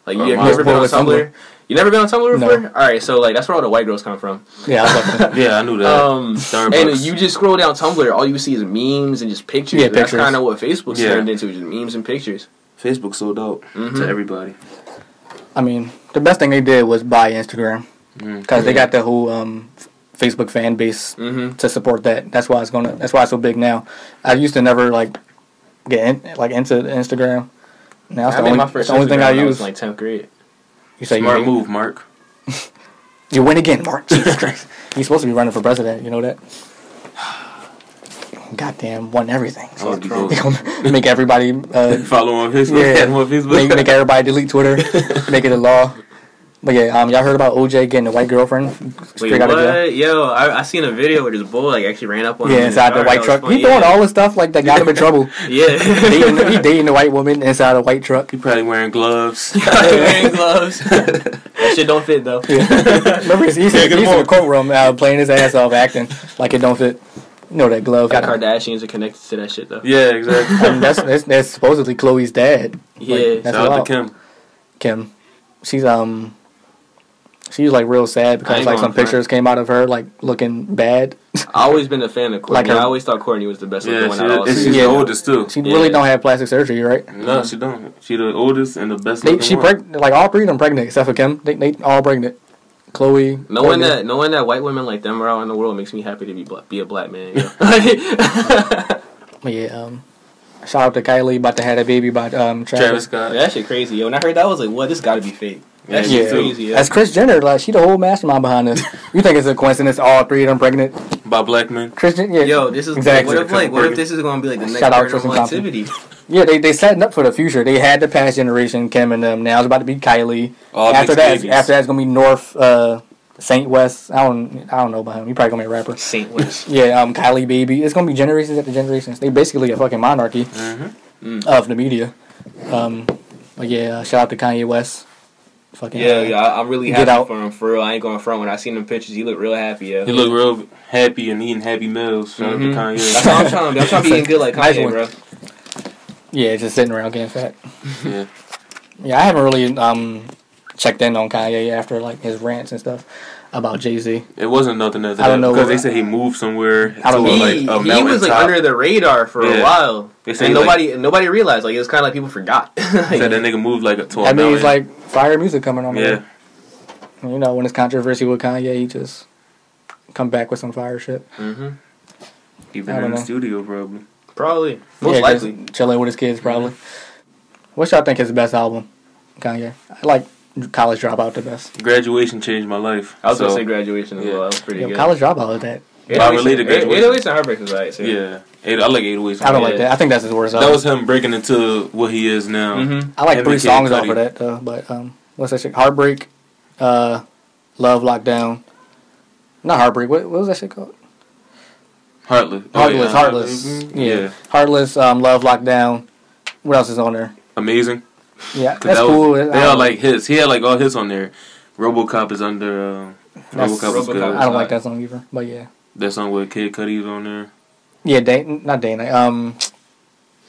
B: Like you,
D: Oh,
B: have you
D: my-
B: ever been
C: what
B: on
C: was
B: Tumblr?
C: Tumblr?
B: You never been on Tumblr
C: No.
B: before? All right, so like that's where all the white girls come from.
C: Yeah, I was like,
D: Yeah, I knew that.
B: Um,
D: Starbucks.
B: and you just scroll down Tumblr, all you see is memes and just pictures.
C: Yeah,
B: that's
C: pictures.
B: kind of what Facebook's
D: Yeah.
B: turned into, just memes and pictures.
D: Facebook sold out
B: Mm-hmm.
D: to everybody.
C: I mean, the best thing they did was buy Instagram
D: Mm.
C: because they got the whole um, f- Facebook fan base
B: Mhm.
C: to support that. That's why it's gonna. That's why it's so big now. I used to never like get in, like into Instagram. Now it's
B: I
C: the
B: made
C: only,
B: my
C: it's
B: first
C: the only thing
B: Instagram
C: I
B: when
C: use.
B: was in, like tenth grade.
C: you say
D: Smart
C: you,
D: move, Mark.
C: You win again, Mark. Jesus Christ. He's supposed to be running for president. You know that. Goddamn, won everything.
B: Oh,
D: I was
C: They gonna make everybody uh,
D: Follow on Facebook.
C: Yeah.
D: Yeah, on
C: make,
D: Facebook.
C: make everybody delete Twitter, make it a law. But yeah, um, y'all heard about OJ getting a white girlfriend straight
B: Wait,
C: out of jail?
B: what? Yo, I, I seen a video where this boy like actually ran up on him
C: Yeah,
B: in
C: inside the
B: car.
C: white
B: That was
C: truck.
B: funny,
C: He doing
B: yeah.
C: all this stuff like that got him in trouble.
B: Yeah,
C: dating, he dating a white woman inside a white truck.
D: you probably wearing gloves.
B: wearing gloves. that shit don't fit though.
C: Remember, he's, he's,
D: good
C: he's in the
D: morning.
C: courtroom uh, playing his ass off, acting like it don't fit. You know that glove.
B: Got Kardashians are connected to that shit though.
D: yeah, exactly.
C: I mean, that's, that's that's supposedly Chloe's dad.
B: Yeah.
C: Like, that's
D: Shout out
C: wild.
D: to Kim.
C: Kim. She's um She was like real sad because
B: ain't
C: like some
B: gonna front.
C: pictures came out of her like looking bad.
B: I always been a fan of Courtney.
C: Like her-
B: I always thought Courtney was the best
D: Yeah,
B: looking one
D: she,
B: out of all
D: and she's
B: season.
C: Yeah.
D: the oldest too.
C: She
B: Yeah.
C: really don't have plastic surgery, right?
D: no, she don't. She the oldest and the best.
C: They,
D: looking
C: she
D: one.
C: preg- like all three of them pregnant except for Kim. They, they all pregnant. Chloe.
B: Knowing
C: Courtney.
B: that, knowing that white women like them are out in the world makes me happy to be black, be a black man. You know?
C: But yeah. Um, shout out to Kylie about to have a baby by um
D: Travis
C: Travis.
D: Scott.
B: that shit crazy, yo. When I heard that, I was like, "What? This got to be fake." That shit
D: Yeah,
C: me too.
B: crazy. Yo.
C: That's Chris Jenner. Like she the whole mastermind behind this. you think it's a coincidence? All three of them pregnant.
D: By black men.
C: Chris Jen- yeah.
B: Yo, this is
C: Exactly.
B: what if like what if this is gonna be like the next
C: Shout out
B: vertical
C: Tristan Thompson.
B: activity?
C: Yeah, they they setting up for the future. They had the past generation, Kim and them. Now it's about to be Kylie.
D: All
C: after
D: mixed
C: that,
D: babies.
C: after that's gonna be North uh, Saint West. I don't I don't know about him. He probably gonna be a rapper.
B: Saint Louis.
C: Yeah, um, Kylie Baby. It's gonna be generations after generations. They basically a fucking monarchy of the media. Um, but yeah, uh, shout out to Kanye West. Fucking
B: Yeah, yeah. I- I'm really
C: Get
B: happy
C: out.
B: for him. For real, I ain't going front. When I seen them pictures, he looked real happy. Yeah,
D: He look real happy and eating happy meals. Shout out to
B: Mhm.
C: Mm-hmm.
D: Kanye.
B: That's what I'm trying to. do. I'm trying to be eating good like
C: Nice
B: Kanye,
C: one.
B: bro.
C: yeah, just sitting around getting fat.
D: Yeah.
C: Yeah, I haven't really um checked in on Kanye after like his rants and stuff about Jay Z.
D: It wasn't nothing other than
C: I don't know
D: because
C: what-
D: they said he moved somewhere
C: I don't
D: to
C: know.
D: like
B: He,
D: a
B: he was like
D: mountaintop.
B: under the radar for a
D: Yeah.
B: while,
D: They
B: and
D: say, like-
B: nobody nobody realized. Like it was kind of like people forgot.
D: Said that nigga moved like a to a
C: I mean, he's
D: mountain.
C: like fire music coming on.
D: Oh, yeah,
C: Yeah, you know when it's controversy with Kanye, he just come back with some fire shit.
B: hmm
D: he
C: I
D: been
C: don't
D: in the
C: know.
D: studio probably.
B: Probably, most
C: yeah, just
B: likely.
C: chilling with his kids probably. What y'all think his best album, Kanye? I like College Dropout the best.
D: Graduation changed my life.
B: I was
D: so,
B: gonna say graduation as
D: yeah.
B: well. That was pretty
C: Yeah,
B: good.
C: College Dropout is that.
B: Eight
D: Bob
B: Weeks-
D: related
B: Eight-
D: graduation.
B: Eight Weeks and Heartbreak was alright. too.
D: Yeah, Eight- I like eight ways.
C: I don't
B: Yeah.
C: like that. I think that's his worst
D: That
C: album.
D: was him breaking into what he is now.
B: Mhm.
C: I like
D: him
C: three
D: and Kid
C: songs
D: Cudi.
C: off of that though. But um, what's that shit? Heartbreak, uh, Love Lockdown. Not heartbreak. What, what was that shit called?
D: Heartless. Oh, yeah,
C: Heartless. heartless.
D: Mhm.
C: Yeah.
D: yeah.
C: Heartless. Um, Love Lockdown. What else is on there?
D: Amazing.
C: Yeah,
D: 'Cause
C: that's
D: that was-
C: cool. I
D: They
C: don't-
D: all like his. He had like all his on there. RoboCop is under. Uh,
C: That's-
D: RoboCop was good.
B: RoboCop.
C: I don't like that song either. But yeah,
D: That song with Kid Cudi's on there.
C: yeah. Day, not Dana. Um,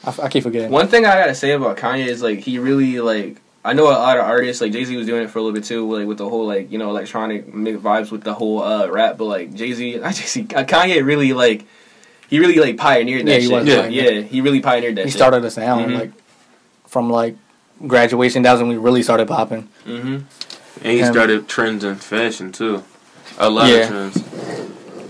C: I, f- I keep forgetting.
B: One thing I gotta say about Kanye is like he really like I know a lot of artists like Jay Z was doing it for a little bit too, like with the whole like you know electronic mi- vibes with the whole uh rap, but like Jay Z, not Jay Z, Kanye really like he really like pioneered that
C: Yeah, he
B: shit.
C: was
B: yeah,
C: pioneer.
B: yeah, he really pioneered that.
C: he
B: shit.
C: started a sound
B: Mhm.
C: like from like graduation. That was when we really started popping.
B: hmm
D: And he
C: And-
D: started trends in fashion too. A lot
C: Yeah.
D: of trends.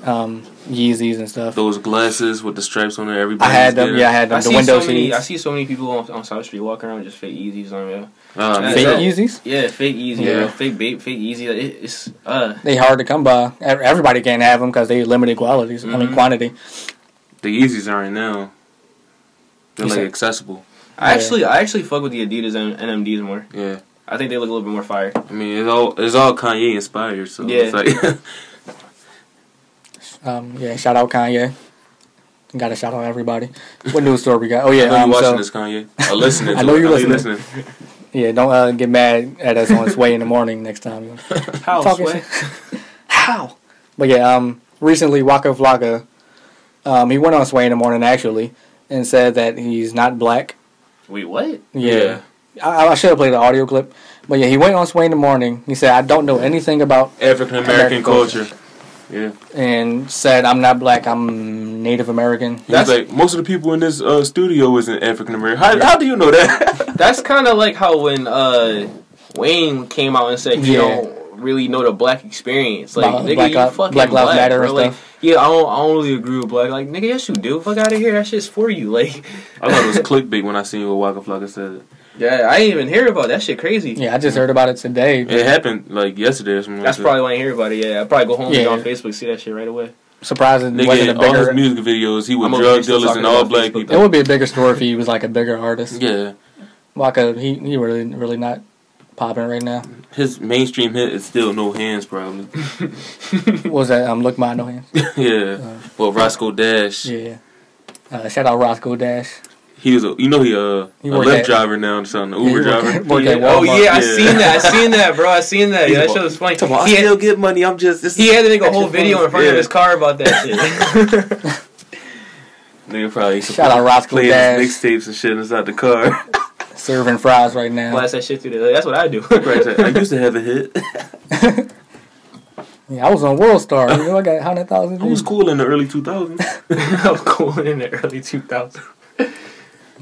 C: Um, Yeezys and stuff.
D: Those glasses with the stripes on there. Everybody.
C: I had them. Yeah, I had them.
B: I
C: the
B: see
C: window
B: so many. I
C: shades.
B: see so many people on, on South Street walking around with just fake Yeezys on. Yo.
D: Uh,
B: I-
C: Fake
B: Yeah.
C: Yeezys.
B: Yeah, fake Yeezy,
D: Yeah.
B: yo, fake babe, fake Yeezy. like, It, it's uh,
C: They hard to come by. Ev- Everybody can't have them because they limited qualities. I mean
B: Mhm.
C: quantity.
D: the Yeezys aren't now. They're
C: You
D: like
C: said-
D: accessible.
B: I
C: Yeah.
B: actually I actually fuck with the Adidas and NMDs more.
D: Yeah.
B: I think they look a little bit more fire.
D: I mean, it's all it's all Kanye inspired. So it's
B: Yeah.
D: like
C: Um, yeah. Shout out Kanye. Got to shout out everybody. What news story we got? Oh yeah.
D: I know
C: um,
D: you watching
C: so-
D: this, Kanye. Or listening.
C: I
D: to
C: know
D: it.
C: you
D: you
C: listening.
D: listening.
C: Yeah, don't uh, get mad at us on its way in the morning next time.
D: Oh,
B: How
C: Talking
B: sweat?
C: shit. How? But yeah, um, recently Waka Flocka, um, he went on Sway in the morning actually, and said that he's not black.
B: Wait, what?
C: Yeah, I, I should have played the audio clip, but yeah, he went on Sway in the morning. He said, "I don't know anything about,"
D: African American
C: American
D: culture.
C: culture.
D: Yeah.
C: and said, "I'm not black. I'm Native American."
D: He was
B: That's-
D: like, most of the people in this uh, studio isn't African American. How, how do you know that?
B: That's kind of like how when uh, Wayne came out and said he
C: Yeah.
B: don't really know the black experience. Like,
C: About
B: nigga,
C: Black
B: you
C: Lives-
B: fucking
C: Black
B: black,
C: Lives Matter
B: bro.
C: and
B: Like,
C: stuff.
B: yeah, I don't, I don't really agree with black. Like, nigga, yes you do. Fuck out of here. That shit's for you. Like,
D: I thought it was clickbait when I seen what Waka Flocka said.
B: yeah, I didn't even hear about it. that shit. Crazy.
C: Yeah, I just heard about it today.
D: It happened like yesterday or something.
B: That's
D: like that.
B: probably why I didn't hear about it. Yeah, I probably go home and
C: Yeah.
B: go on Facebook see that shit right away.
C: Surprising, it wasn't a
D: Nigga, all his
C: bigger.
D: music videos, he was
B: I'm over here
D: drug
B: still
D: dealers
B: talking
D: and all
B: about
D: black
B: Facebook.
C: It
D: people.
C: would be a bigger story if he was like a bigger artist.
D: Yeah.
C: Waka, he he really really not popping right now.
D: His mainstream hit is still No Hands, probably.
C: What was that? Um, look, my no hands.
D: yeah. Well, Roscoe Dash,
C: Yeah. Uh, shout out Roscoe Dash.
D: he was a, you know, he, uh,
C: He
D: a
C: worked
D: Lyft
C: at-
D: driver now or something,
C: Yeah,
D: Uber
C: he worked
D: driver.
C: at- worked at
B: Oh
C: Walmart.
B: yeah, I
D: Yeah.
B: seen that. I seen that, bro. I seen that. Yeah, that shit was funny.
D: Come on, I
B: He had,
D: still get money, I'm just. This
B: he had to make a whole
C: That's
B: video in front
D: Yeah.
B: of his car about that shit.
D: Nigga probably
C: Shout out Roscoe
D: playing
C: Dash.
D: his mixtapes and shit inside the car.
C: Serving fries right now.
B: Blast that shit through the. That's what I do.
D: Right, so I used to have a hit.
C: Yeah, I was on World Star. You know, I got hundred thousand
D: I
C: views.
D: was cool in the early 2000s.
B: I was cool in the early 2000s.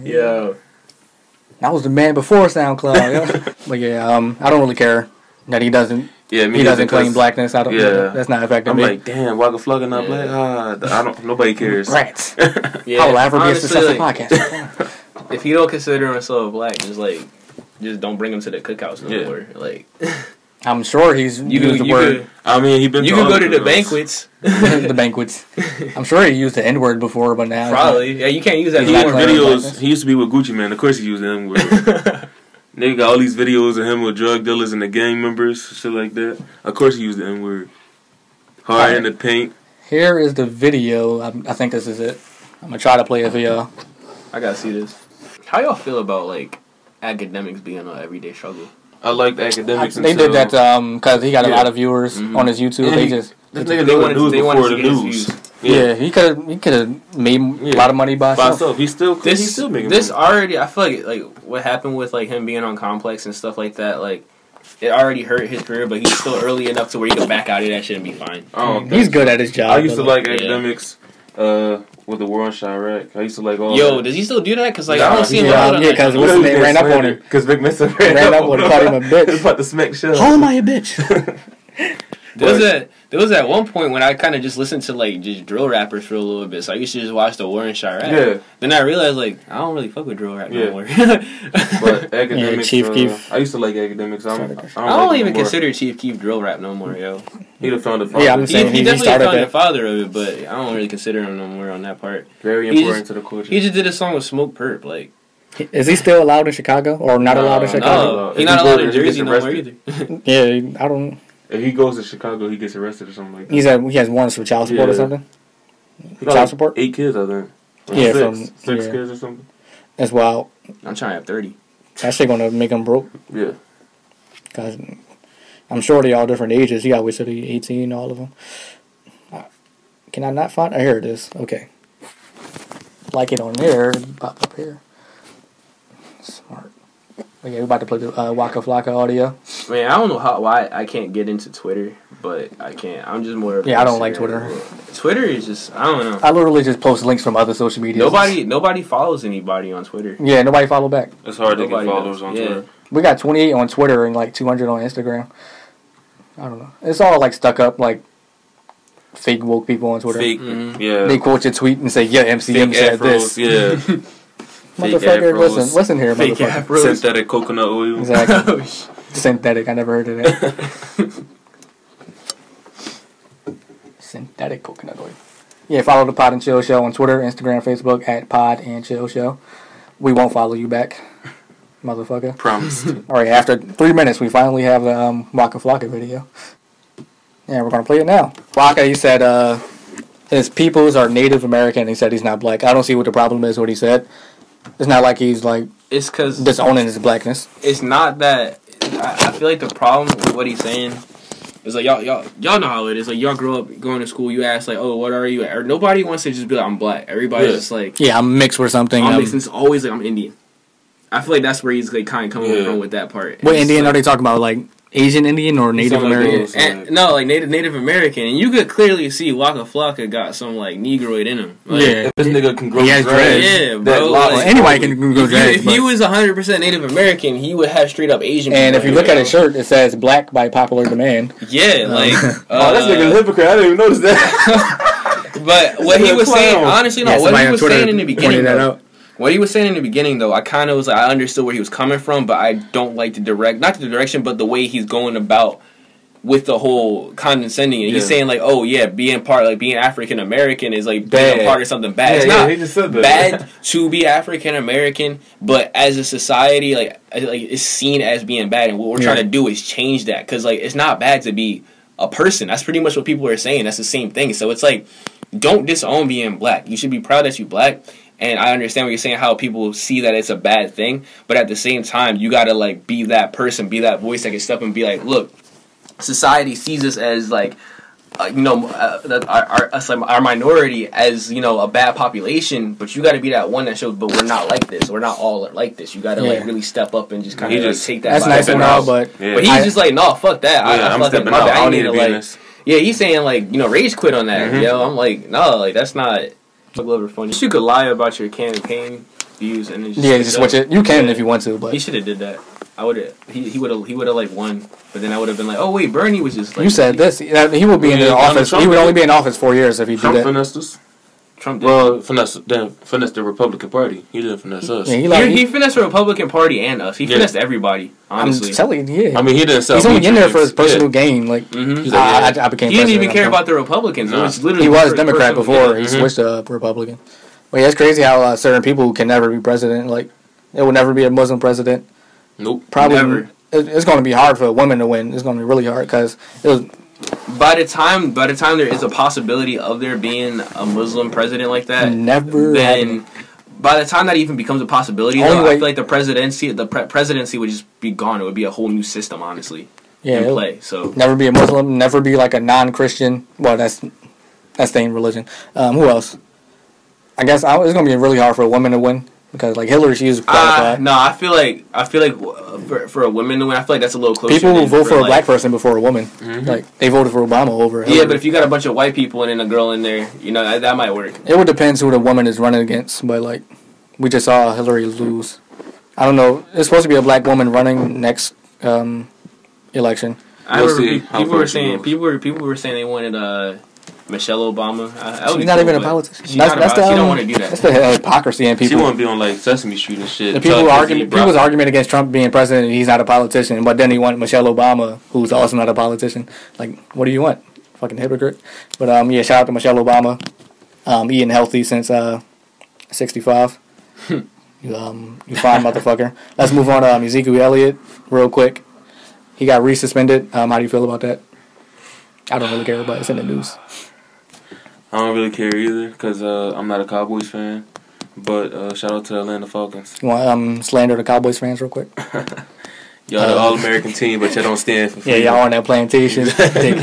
B: Yo,
C: I was the man before SoundCloud. yeah. but yeah, um, I don't really care that he doesn't.
D: Yeah, me
C: He doesn't claim
D: because
C: blackness. I don't.
D: Yeah.
C: that's not affecting
D: I'm
C: me.
D: like, damn, Waka Flocka not black. Ah, th- I don't. Nobody cares.
C: Rats.
B: yeah.
C: I will ever be a
B: honestly,
C: successful
B: like,
C: podcast.
B: If you don't consider himself black, just like, just don't bring him to the cookouts no
D: Yeah.
B: more. Like,
C: I'm sure he's
B: you
C: used
B: could,
C: the
B: you
C: word
B: could,
D: I mean, he been.
B: you
D: all
B: could go to the
D: girls.
B: banquets.
C: the banquets. I'm sure he used the N word before, but now it's not.
B: Probably. Yeah, you can't use that
D: He
C: Black
D: had
B: anymore.
C: Lives
D: videos.
C: Blackness.
D: He used to be with Gucci Man. Of course, he used them. Nigga got all these videos of him with drug dealers and the gang members, shit like that. Of course, he used the N word. Hard in the paint.
C: Here is the video. Um, I, I think this is it. I'm gonna try to play it for y'all.
B: I gotta see this. How y'all feel about like academics being an everyday struggle?
D: I liked academics.
C: they did that uh, because he got a
D: Yeah. Mm-hmm.
C: lot of viewers on his YouTube. They
D: he-
C: just
D: This
B: They
D: nigga knew the
B: wanted-
D: news
B: they wanted
D: before
B: to
D: the
B: get his
D: news.
B: views.
C: yeah, he could have he could have made a
D: Yeah.
C: lot of money by,
D: by
C: himself.
D: himself. He's still
B: This
D: he's still making
B: this
D: money.
B: already. I feel like like what happened with like him being on Complex and stuff like that. Like it already hurt his career, but he's still early enough to where he can back out of that shit and be fine.
D: Oh,
C: He's good at his job.
D: I used to
C: but,
D: like
B: Yeah.
D: academics uh, with the War on Chirac. I used to like all.
B: Yo,
D: that.
B: does he still do that? Cause like I
D: Nah,
B: don't see him.
C: yeah,
B: out on,
C: yeah,
B: like-
C: 'cause what's his name ran up on him.
D: because Vic Mensa ran,
C: up on him, called him a bitch.
D: He was about to smack shit.
C: How am I a bitch?
B: There was a there was at one point when I kind of just listened to like just drill rappers for a little bit. So I used to just watch the War in Chirac.
D: Yeah.
B: Then I realized like I don't really fuck with drill rap
D: Yeah.
B: no more.
D: But academics.
C: Chief
D: uh,
C: Keef.
D: I used to like academics. I'm, I don't,
B: I don't
D: like
B: even
D: him more.
B: consider Chief Keef drill rap no more, yo.
D: He'd have found a
C: Yeah, I'm
D: father.
B: He,
C: saying
B: he
C: he, he
B: definitely
C: started
B: found the
C: that.
B: father of it, but I don't really consider him no more on that part.
D: very
B: he's-
D: important to the culture.
B: He just did a song with Smoke Perp, like
C: Is he still allowed in Chicago or not allowed in
D: No,
C: Chicago?
B: no, Oh,
D: Uh, If
B: he's
D: he
B: not
D: goes
B: allowed
D: there,
B: in
D: he gets
B: Jersey no more either.
D: arrested.
C: Yeah, I don't.
D: if he goes to Chicago, he gets arrested or something like that.
C: He's at, he has warrants for child support or
D: Yeah.
C: something.
D: He got
C: child
D: like
C: support?
D: Eight kids, I think. Or
C: Yeah,
D: six,
C: from-
D: six
C: yeah.
D: kids or something.
C: That's wild.
B: I'm trying to have thirty.
C: That shit gonna make him broke.
D: Yeah,
C: Cause I'm sure they all different ages. He always said he 18, all of them. Can I not find? Oh, here it is. Okay. Like it on there, it'd pop up here. Smart. Okay, we're about to play the uh, Waka Flocka audio.
B: Man, I don't know how why I can't get into Twitter, but I can't. I'm just more. Of
C: Yeah, I don't like
B: Instagram.
C: Twitter.
B: Twitter is just I don't know.
C: I literally just post links from other social media.
B: Nobody nobody follows anybody on Twitter.
C: Yeah, nobody follow back.
D: it's hard to get
B: Nobody
D: followers
B: does.
D: on
B: Yeah.
D: Twitter.
C: We got 28 on Twitter and like 200 on Instagram. I don't know. It's all like stuck up, like fake woke people on Twitter.
D: Fake,
B: Mhm.
D: yeah.
C: They quote your tweet and say, "Yeah, MCM
D: Fake
C: said
D: afros,
C: this."
D: yeah. Fake
C: Motherfucker,
D: afros.
C: listen, listen here,
B: Fake
C: motherfucker.
B: afros.
D: Synthetic coconut oil.
C: Exactly.
B: Oh, sh-
C: Synthetic. I never heard of that. Synthetic coconut oil. Yeah, follow the Pod and Chill Show on Twitter, Instagram, Facebook at Pod and Chill Show. We won't follow you back, motherfucker.
D: Promised.
C: All right, after three minutes, we finally have the um, Waka Flocka video. Yeah, we're gonna play it now. Waka, he said uh, his peoples are Native American. He said he's not black. I don't see what the problem is. What he said. It's not like he's like
B: It's cause
C: disowning his blackness.
B: it's not that I, I feel like the problem with what he's saying is like y'all y'all y'all know how it is. Like y'all grow up going to school, you ask like, oh, what are you? Or nobody wants to just be like, I'm black. Everybody's
D: Yeah.
B: just like,
C: Yeah, I'm mixed with something.
B: I'm
C: um,
B: mixed. It's always like I'm Indian. I feel like that's where he's like kind of coming
D: Yeah.
B: from with that part.
C: What
B: It's
C: Indian
B: like-
C: are they talking about? Like Asian Indian or Native
D: Some of
C: American?
D: those.
B: And, no, like Native Native American, and you could clearly see Waka Flocka got some like Negroid in him. Like,
C: yeah.
D: This nigga can grow
C: He has
D: dreads.
C: dreads.
B: Yeah,
D: That
B: bro,
D: lot
B: like-
D: is
C: Anybody
D: ugly.
C: can Google
B: If, you,
C: that.
B: if he was 100% Native American, he would have straight up Asian.
C: and if
B: people
C: you
B: in
C: look at
B: him.
C: his shirt, it says "Black by popular demand."
B: yeah, like
D: Oh, this
B: uh,
D: nigga's a hypocrite. I didn't even notice that.
B: But what
D: nigga
B: he
D: a
B: was saying,
D: clown.
B: honestly, no, what he was saying in the beginning,
C: pointed that
B: though,
C: out.
B: what he was saying in the beginning, though, I kind of was like, I understood where he was coming from, but I don't like the direct, not the direction, but the way he's going about with the whole condescending. And he's
D: Yeah.
B: saying like, oh yeah, being part, like being African American is like being
D: Bad.
B: a part of something bad.
D: Yeah,
B: it's
D: yeah,
B: not
D: he just said that.
B: bad to be African American, but as a society, like, I- like it's seen as being bad, and what we're trying
C: Yeah.
B: to do is change that because like it's not bad to be a person. That's pretty much what people are saying. That's the same thing. So it's like don't disown being black. You should be proud that you black. And I understand what you're saying, how people see that it's a bad thing, but at the same time, you gotta like be that person, be that voice that can step and be like, look, society sees us as like, uh, you know, uh, that our, our us like, our minority as you know a bad population, but you gotta be that one that shows, but we're not like this. We're not all like this. You gotta
C: Yeah.
B: like really step up and just kind
D: He
B: of like,
D: just-
B: take that.
C: That's
B: vibe
C: nice
B: and
C: and
B: all,
C: all, but
D: Yeah.
B: but he's
C: I-
B: just like, no, fuck that. I,
D: Yeah,
B: I
D: I'm
B: fucking
D: stepping
B: my
D: out.
B: bad.
D: I
B: I
D: don't
B: need
D: need
B: to
D: to be in
B: like.
D: this.
B: Yeah, he's saying like you know rage quit on that. Yo, I'm like no, like that's not. Fuck Glover funny. Mm-hmm. You could lie about your campaign views and then just
C: Yeah, just
B: up.
C: watch it. You can
B: Yeah.
C: if you want to,
B: He
C: but
B: should have did that. I would have. He he would have. He would have like won. But then I would have been like, oh wait, Bernie was just like
C: you said this. That- He will be in
D: Yeah,
C: the
D: Donald
C: office. He
D: Trump
C: would only
D: did.
C: be in office four years if he did
D: Trump
C: that.
D: finessed us.
B: Trump. Did.
D: Well, finesse, damn, finesse the Republican Party. He didn't finesse us.
C: Yeah, he like,
B: he, he
C: he,
B: finessed the Republican Party and us. He
D: Yeah.
B: finessed everybody.
C: I'm
B: Honestly,
C: telling you, yeah.
D: I mean, he didn't sell.
C: He's only in there for his
D: Patriots.
C: personal gain. Like
B: Mhm.
D: He's
C: I,
D: like,
C: I, I became.
B: he didn't even
C: president,
B: care
C: I'm
B: about the Republicans. It
D: Nah.
B: was literally
C: He was
B: for-
C: Democrat
B: for-
C: before
B: yeah. Mm-hmm.
C: he switched to uh, Republican. But yeah, it's crazy how uh, certain people can never be president. Like, it will never be a Muslim president.
D: Nope.
C: Probably,
B: Never.
C: it- it's going to be hard for a woman to win. It's going to be really hard because it was
B: By the time, by the time there is a possibility of there being a Muslim president like that,
C: Never
B: Then,
C: happening.
B: by the time that even becomes a possibility,
C: Only
B: though, I
C: way-
B: feel like the presidency, the pre- presidency would just be gone. It would be a whole new system, honestly,
C: yeah,
B: in
C: it-
B: play. So
C: never be a Muslim, never be like a non-Christian. Well, that's that's the religion. Um, who else? I guess I, it's going to be really hard for a woman to win because like Hillary, she is
B: Uh,
C: qualified.
B: no, I feel like I feel like uh, for, for a woman to win, I feel like that's a little closer.
C: people will
B: than
C: vote for, a
B: like- Mm-hmm.
C: black person before a woman. Like they voted for Obama over.
B: Yeah,
C: Hillary.
B: but if you got a bunch of white people and then a girl in there, you know that, that might work.
C: It would depend who the woman is running against, but like we just saw Hillary lose. I don't know. It's supposed to be a black woman running next um, election.
B: I
D: We'll
B: remember
D: see
B: pe-
D: how
B: people
D: far
B: were
D: she
B: saying
D: goes.
B: people were people were saying they wanted uh, Michelle Obama. I, that would be
C: She's not
B: cool,
C: even a
B: but
C: politician.
B: She's not a, poli- she don't want to do
C: That's
B: that.
C: the hypocrisy in
D: She
C: people.
D: won't be on like Sesame Street and shit.
C: The people
D: Tuck,
C: argument,
D: Disney, bro.
C: people's argument against Trump being president, and he's not a politician. But then he want Michelle Obama, who's also not a politician. Like, what do you want? Fucking hypocrite. But um, yeah, shout out to Michelle Obama, um, eating healthy since uh, sixty-five. Hmm. you um, you fine motherfucker. Let's move on to um, Ezekiel Elliott real quick. He got resuspended. Um, how do you feel about that? I don't really care, but it's in the news.
D: I don't really care either because uh, I'm not a Cowboys fan. But uh, shout out to the Atlanta Falcons.
C: You want to um, slander the Cowboys fans real quick?
D: Y'all the All American team, but y'all don't stand for.
C: Uh, Yeah,
D: freedom.
C: y'all on that plantation,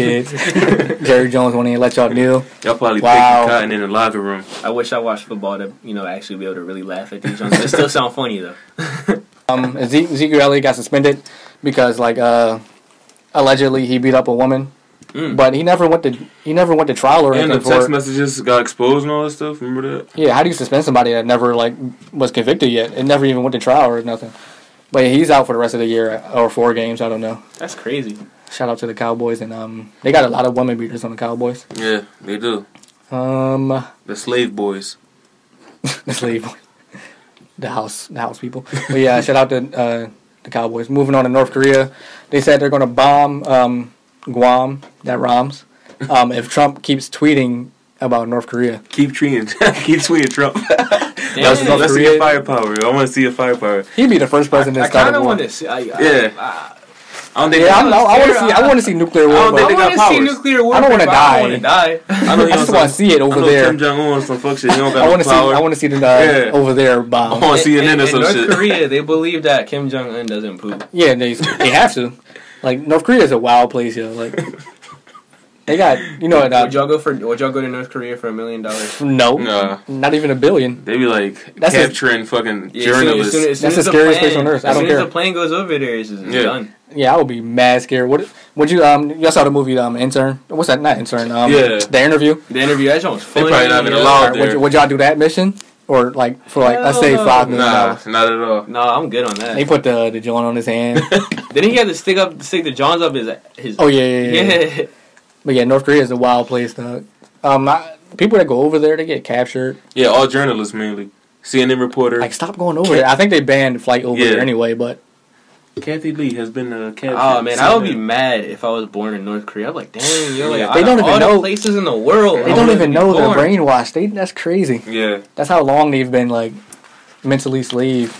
C: dickheads. Jerry Jones won't even let y'all kneel.
D: Y'all probably
C: Wow.
D: picking cotton in the locker room.
B: I wish I watched football to you know actually be able to really laugh at these ones. They still sound funny though.
C: Um, Eze- Ezekiel Elliott got suspended because, like, uh, allegedly he beat up a woman,
B: Mm.
C: but he never went to he never went to trial or
D: And the
C: anything for.
D: text
C: it.
D: messages got exposed and all that stuff. Remember that?
C: yeah, how do you suspend somebody that never like was convicted yet and never even went to trial or nothing? But he's out for the rest of the year uh, or four games. I don't know.
B: That's crazy.
C: Shout out to the Cowboys and um, they got a lot of women beaters on the Cowboys.
D: Yeah, they do.
C: Um,
D: The slave boys.
C: let's leave the house the house people. But yeah, shout out to uh, the Cowboys. Moving on to North Korea, they said they're going to bomb um, Guam. That rhymes. Um, if Trump keeps tweeting about North Korea,
D: Keep tweeting. Keep tweeting, Trump.
B: Damn.
D: Let's, let's see your firepower. I want to see your firepower.
C: he'd be the first president
B: I
C: to start
B: kind
C: a
B: of
C: war.
B: want to see. I, I,
D: Yeah. I don't think.
C: Yeah, I don't know. I want to
B: Sarah,
C: see. I want to see nuclear
D: I
C: war.
D: don't
C: But
D: think
B: I
D: they got
B: want to see
D: powers.
B: nuclear war.
C: I don't
B: but I
C: wanna
B: don't want to die.
D: I, know he
C: I just
D: on
C: want to
D: some-
C: see it
D: I
C: over
D: know
C: there.
D: Kim Jong Un on some fuck shit. He don't got
C: I
D: no
C: want to see.
D: power.
C: I want to see the uh,
D: Yeah.
C: over there
D: I
C: bomb.
D: want to see
B: In,
D: CNN or
B: in
D: some
B: North
D: shit.
B: Korea, they believe that Kim Jong Un doesn't poop.
C: Yeah, they they have to. Like North Korea is a wild place, yo. Like they got you know
B: Would
C: uh,
B: y'all go for? Would y'all go to North Korea for a million dollars?
C: no,
D: Nah.
C: not even a billion.
D: They be like
C: That's a-
D: capturing fucking
B: Yeah, as soon- as
D: journalists.
B: soon- as soon
C: That's
B: as
C: the scariest
B: plane-
C: place on earth. I
B: As
C: don't
B: soon as
C: care.
B: the plane goes over there, it's, it's
D: Yeah.
B: done.
C: Yeah, I would be mad scared. What would you um? Y'all saw the movie um intern? What's that? Not intern. Um,
D: Yeah.
C: The interview.
B: The interview, that joint was
D: They
B: funny.
D: probably not even
B: yo.
D: allowed
C: Would,
D: there.
C: you, would y'all do that mission or like for like let's say
B: Hell no.
C: five million
D: Nah,
C: dollars?
D: not at all.
B: No, I'm good on that.
C: They put the the joint on his hand.
B: Didn't he have to stick up, stick the Johns up his his?
C: oh yeah, yeah, yeah, yeah.
B: yeah.
C: But yeah, North Korea is a wild place. Dog. Um, I, people that go over there they get captured.
D: Yeah, all journalists mainly. CNN reporter
C: Like stop going over there. I think they banned flight over
D: Yeah.
C: there anyway. But
D: Kathy Lee has been a captain.
B: Oh man, I would be mad if I was born in North Korea. I'm like, dang, yo, like,
C: They
B: they
C: don't
B: don't
C: even
B: all
C: know-
B: the places in the world.
C: they don't even know they're brainwashed. They that's crazy.
D: Yeah,
C: That's how long they've been like mentally slave.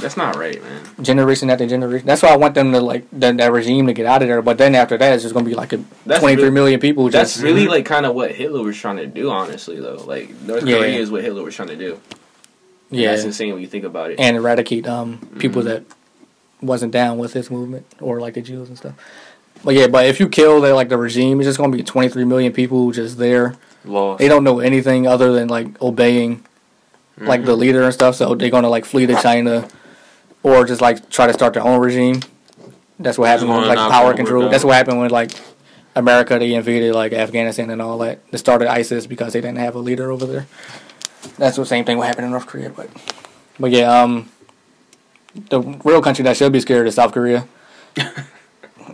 B: That's not right, man.
C: generation after generation. That's why I want them to like that, that regime to get out of there. But then after that, it's just gonna be like a
B: That's
C: twenty three
B: really-
C: million people.
B: That's
C: Just
B: really like kind of what Hitler was trying to do, honestly. Though, like North
C: Yeah.
B: Korea is what Hitler was trying to do. Yeah, that's
C: yeah,
B: insane when you think about it.
C: and eradicate um people
B: Mm-hmm.
C: that wasn't down with this movement or like the Jews and stuff. But yeah, but if you kill the like the regime, it's just gonna be twenty three million people just there.
D: lost.
C: They don't know anything other than like obeying like
D: Mm-hmm.
C: the leader and stuff. So they're gonna like flee to China or just like try to start their own regime. That's what happened when
D: Just wanna
C: like
D: knock
C: power
D: the word
C: control.
D: down.
C: That's what happened when like America they invaded like Afghanistan and all that. They started ISIS because they didn't have a leader over there. That's the same thing what happened in North Korea, but but yeah, um, the real country that should be scared is South Korea.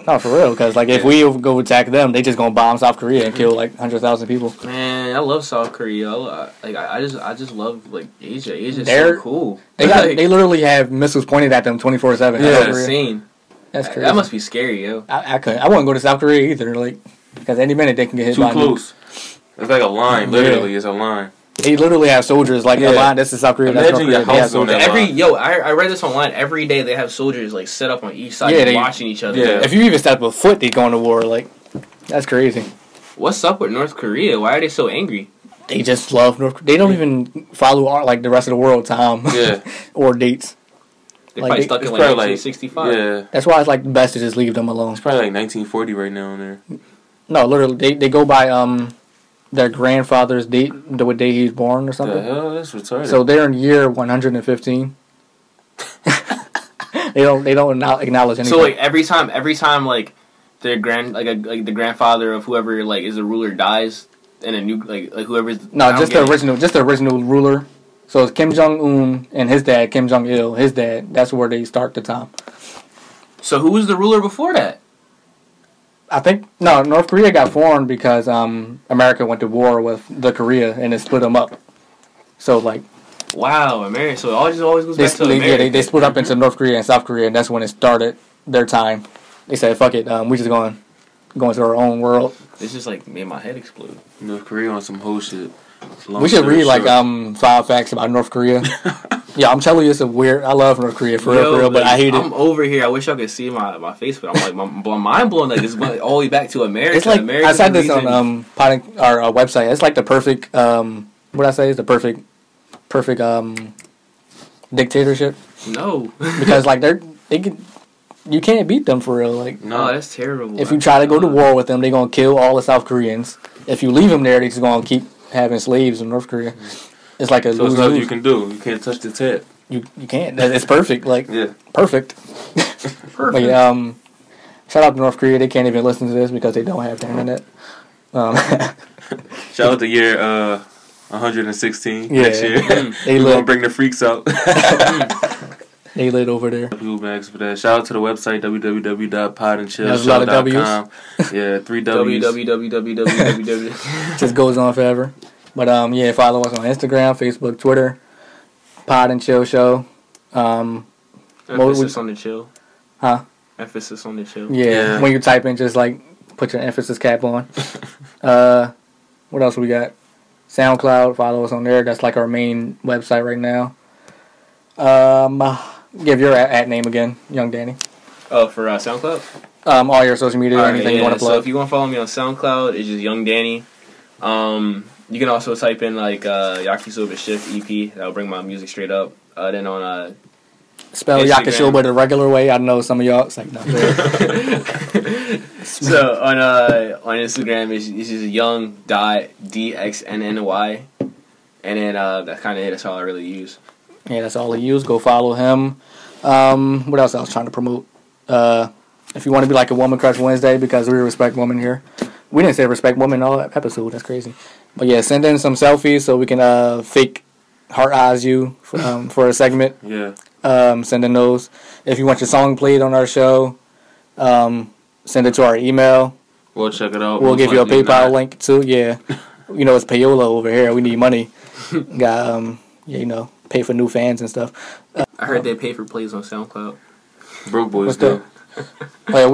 C: no, for real, because like if we go attack them, they just gonna bomb South Korea and kill like hundred thousand people.
B: Man, I love South Korea. I lo- I- like I, I just I just love like Asia. Asia's
C: They're-
B: so cool.
C: They got,
B: like,
C: they literally have missiles pointed at them twenty four seven.
B: that's insane.
C: That's
B: That-
C: crazy.
B: That must be scary, yo.
C: I, I couldn't. I wouldn't go to South Korea either, like because any minute they can get hit
D: Too
C: by. a nuke.
D: close. It's like a line.
C: Yeah.
D: Literally, it's a line.
C: They literally have soldiers like
D: Yeah.
C: a line. That's the South Korea. That's North
D: Imagine
C: Korea.
D: your
C: They have
D: house on
C: soldiers.
D: that
B: Every
D: line.
B: yo, I, I read this online. Every day they have soldiers like set up on each side,
C: Yeah, they-
B: watching each other.
D: Yeah.
C: If you even step a foot, they go into war. Like that's crazy.
B: What's up with North Korea? Why are they so angry?
C: They just love North. Korea. They don't even follow our, like the rest of the world time
D: Yeah,
C: or dates.
B: They're
C: Like,
B: probably
C: they-
B: stuck in
D: it's
B: like
D: probably like-
B: 1965.
D: yeah.
C: That's why it's like best to just leave them alone.
D: It's probably like 1940 right now in there.
C: No, literally, they, they go by um their grandfather's date, the what day he was born or
D: The
C: something.
D: hell, that's retarded.
C: So they're in year one hundred and fifteen. they don't they don't acknow- acknowledge anything.
B: So like every time, every time like their grand like a, like the grandfather of whoever like is the ruler dies, and a new like like whoever's I
C: No,
B: don't
C: just
B: get
C: the
B: it.
C: original, just the original ruler. So it's Kim Jong Un and his dad, Kim Jong Il, his dad. That's where they start the time.
B: So who was the ruler before that?
C: I think no, North Korea got formed because um, America went to war with the Korea and it split them up. So like
B: Wow, America. So it always always goes
C: they
B: back to
C: split, yeah,
B: America.
C: they, they split up into North Korea and South Korea, and that's when it started their time. They said, "Fuck it, um, we just going going to our own world."
B: This just like made my head explode.
D: North Korea on some whole shit. Long
C: we should
D: story
C: read like
D: short.
C: um five facts about North Korea. yeah, I'm telling you, it's a weird. I love North Korea for real,
B: Yo,
C: for real, but
B: like,
C: I hate it.
B: I'm over here. I wish y'all could see my, my face, but I'm like my, my mind blown. Like this went all the way back to America.
C: It's like
B: America's
C: I said this
B: reason-
C: on um pod, our uh, website. It's like the perfect um what I say is the perfect perfect um dictatorship
B: no,
C: because like they're they can you can't beat them for real. Like
B: no,
D: No,
B: that's terrible.
C: if you try to go to war with them, they're gonna kill all the South Koreans. If you leave them there, they just gonna keep having slaves in North Korea. It's like a
D: Mm. so
C: lose
D: it's nothing you
C: lose.
D: can do. You can't touch the tap.
C: You you can't. It's perfect. Like
D: Yeah,
C: perfect. But yeah, um, shout out to North Korea. They can't even listen to this because they don't have the internet. Um,
D: shout out to year uh 116
C: Yeah.
D: next year.
B: Mm.
C: they
D: we gonna
C: live
D: bring the freaks out.
C: they live over there.
D: People Max for that. Shout out to the website
C: There's a lot of
D: www.podandchillshow.com. Yeah, three W's.
B: www.
C: just goes on forever. But um, yeah, follow us on Instagram, Facebook, Twitter, Pod and Chill Show. Um, What would-
B: Emphasis on the chill.
C: Huh?
B: Emphasis on the chill.
C: yeah,
D: Yeah.
C: when you type in, just like put your emphasis cap on. uh, what else we got? SoundCloud, follow us on there. That's like our main website right now. Um, uh, give your at, at name again, Young Danny.
B: Oh, for uh, SoundCloud.
C: Um, all your social media,
B: All right,
C: anything
B: yeah,
C: you want to
B: So
C: plug.
B: if you want to follow me on SoundCloud, it's just Young Danny. Um, you can also type in like uh, Yakisoba Shift EP. That'll bring my music straight up. Uh, then on uh,
C: Spell
B: Instagram.
C: Yakashoba the regular way. I know some of y'all. It's like no.
B: so on uh, on Instagram, it's, it's just Young dot dxnny, and then uh, that's kind of it. That's all I really use.
C: Yeah, that's all he used. Go follow him. Um, what else I was trying to promote? Uh, if you want to be like a woman crush Wednesday, because we respect women here. We didn't say respect women all that episode. That's crazy. But yeah, send in some selfies so we can uh, fake heart eyes you for, um, for a segment.
D: Yeah,
C: Um, send in those. If you want your song played on our show, um, send it to our email.
D: we'll check it out.
C: We'll
D: Most
C: give you a
D: likely
C: PayPal
D: not.
C: link too. Yeah, you know it's payola over here. We need money. Got um, yeah, you know, pay for new fans and stuff.
B: I heard they pay for plays on SoundCloud.
D: Broke boys
C: What's
D: do.
C: that? Oh, yeah, we-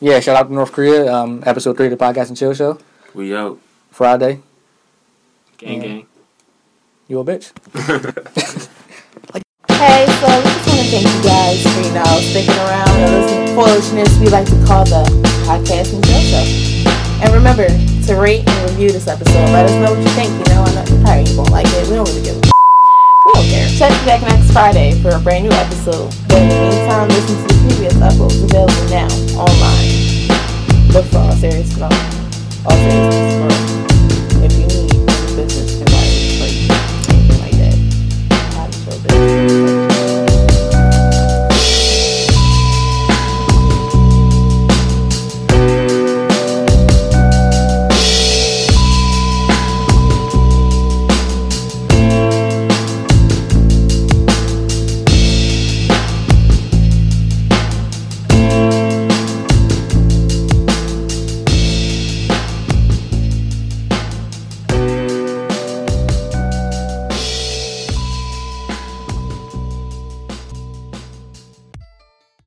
C: yeah, shout out to North Korea. Um, episode three of the podcast and chill show
D: We out.
C: Friday.
B: Gang
C: Yeah.
B: gang.
C: You a bitch.
A: Hey, so we just want to thank you guys for you know sticking around and listening to foolishness we like to call the podcast and show show. And remember to rate and review this episode. Let us know what you think. You know, I know you probably won't like it. We don't really give a we don't care. Check you back next Friday for a brand new episode. But in the meantime, listen to the previous uploads available now online. Look for all serious Phenomenon. All serious Phenomenon.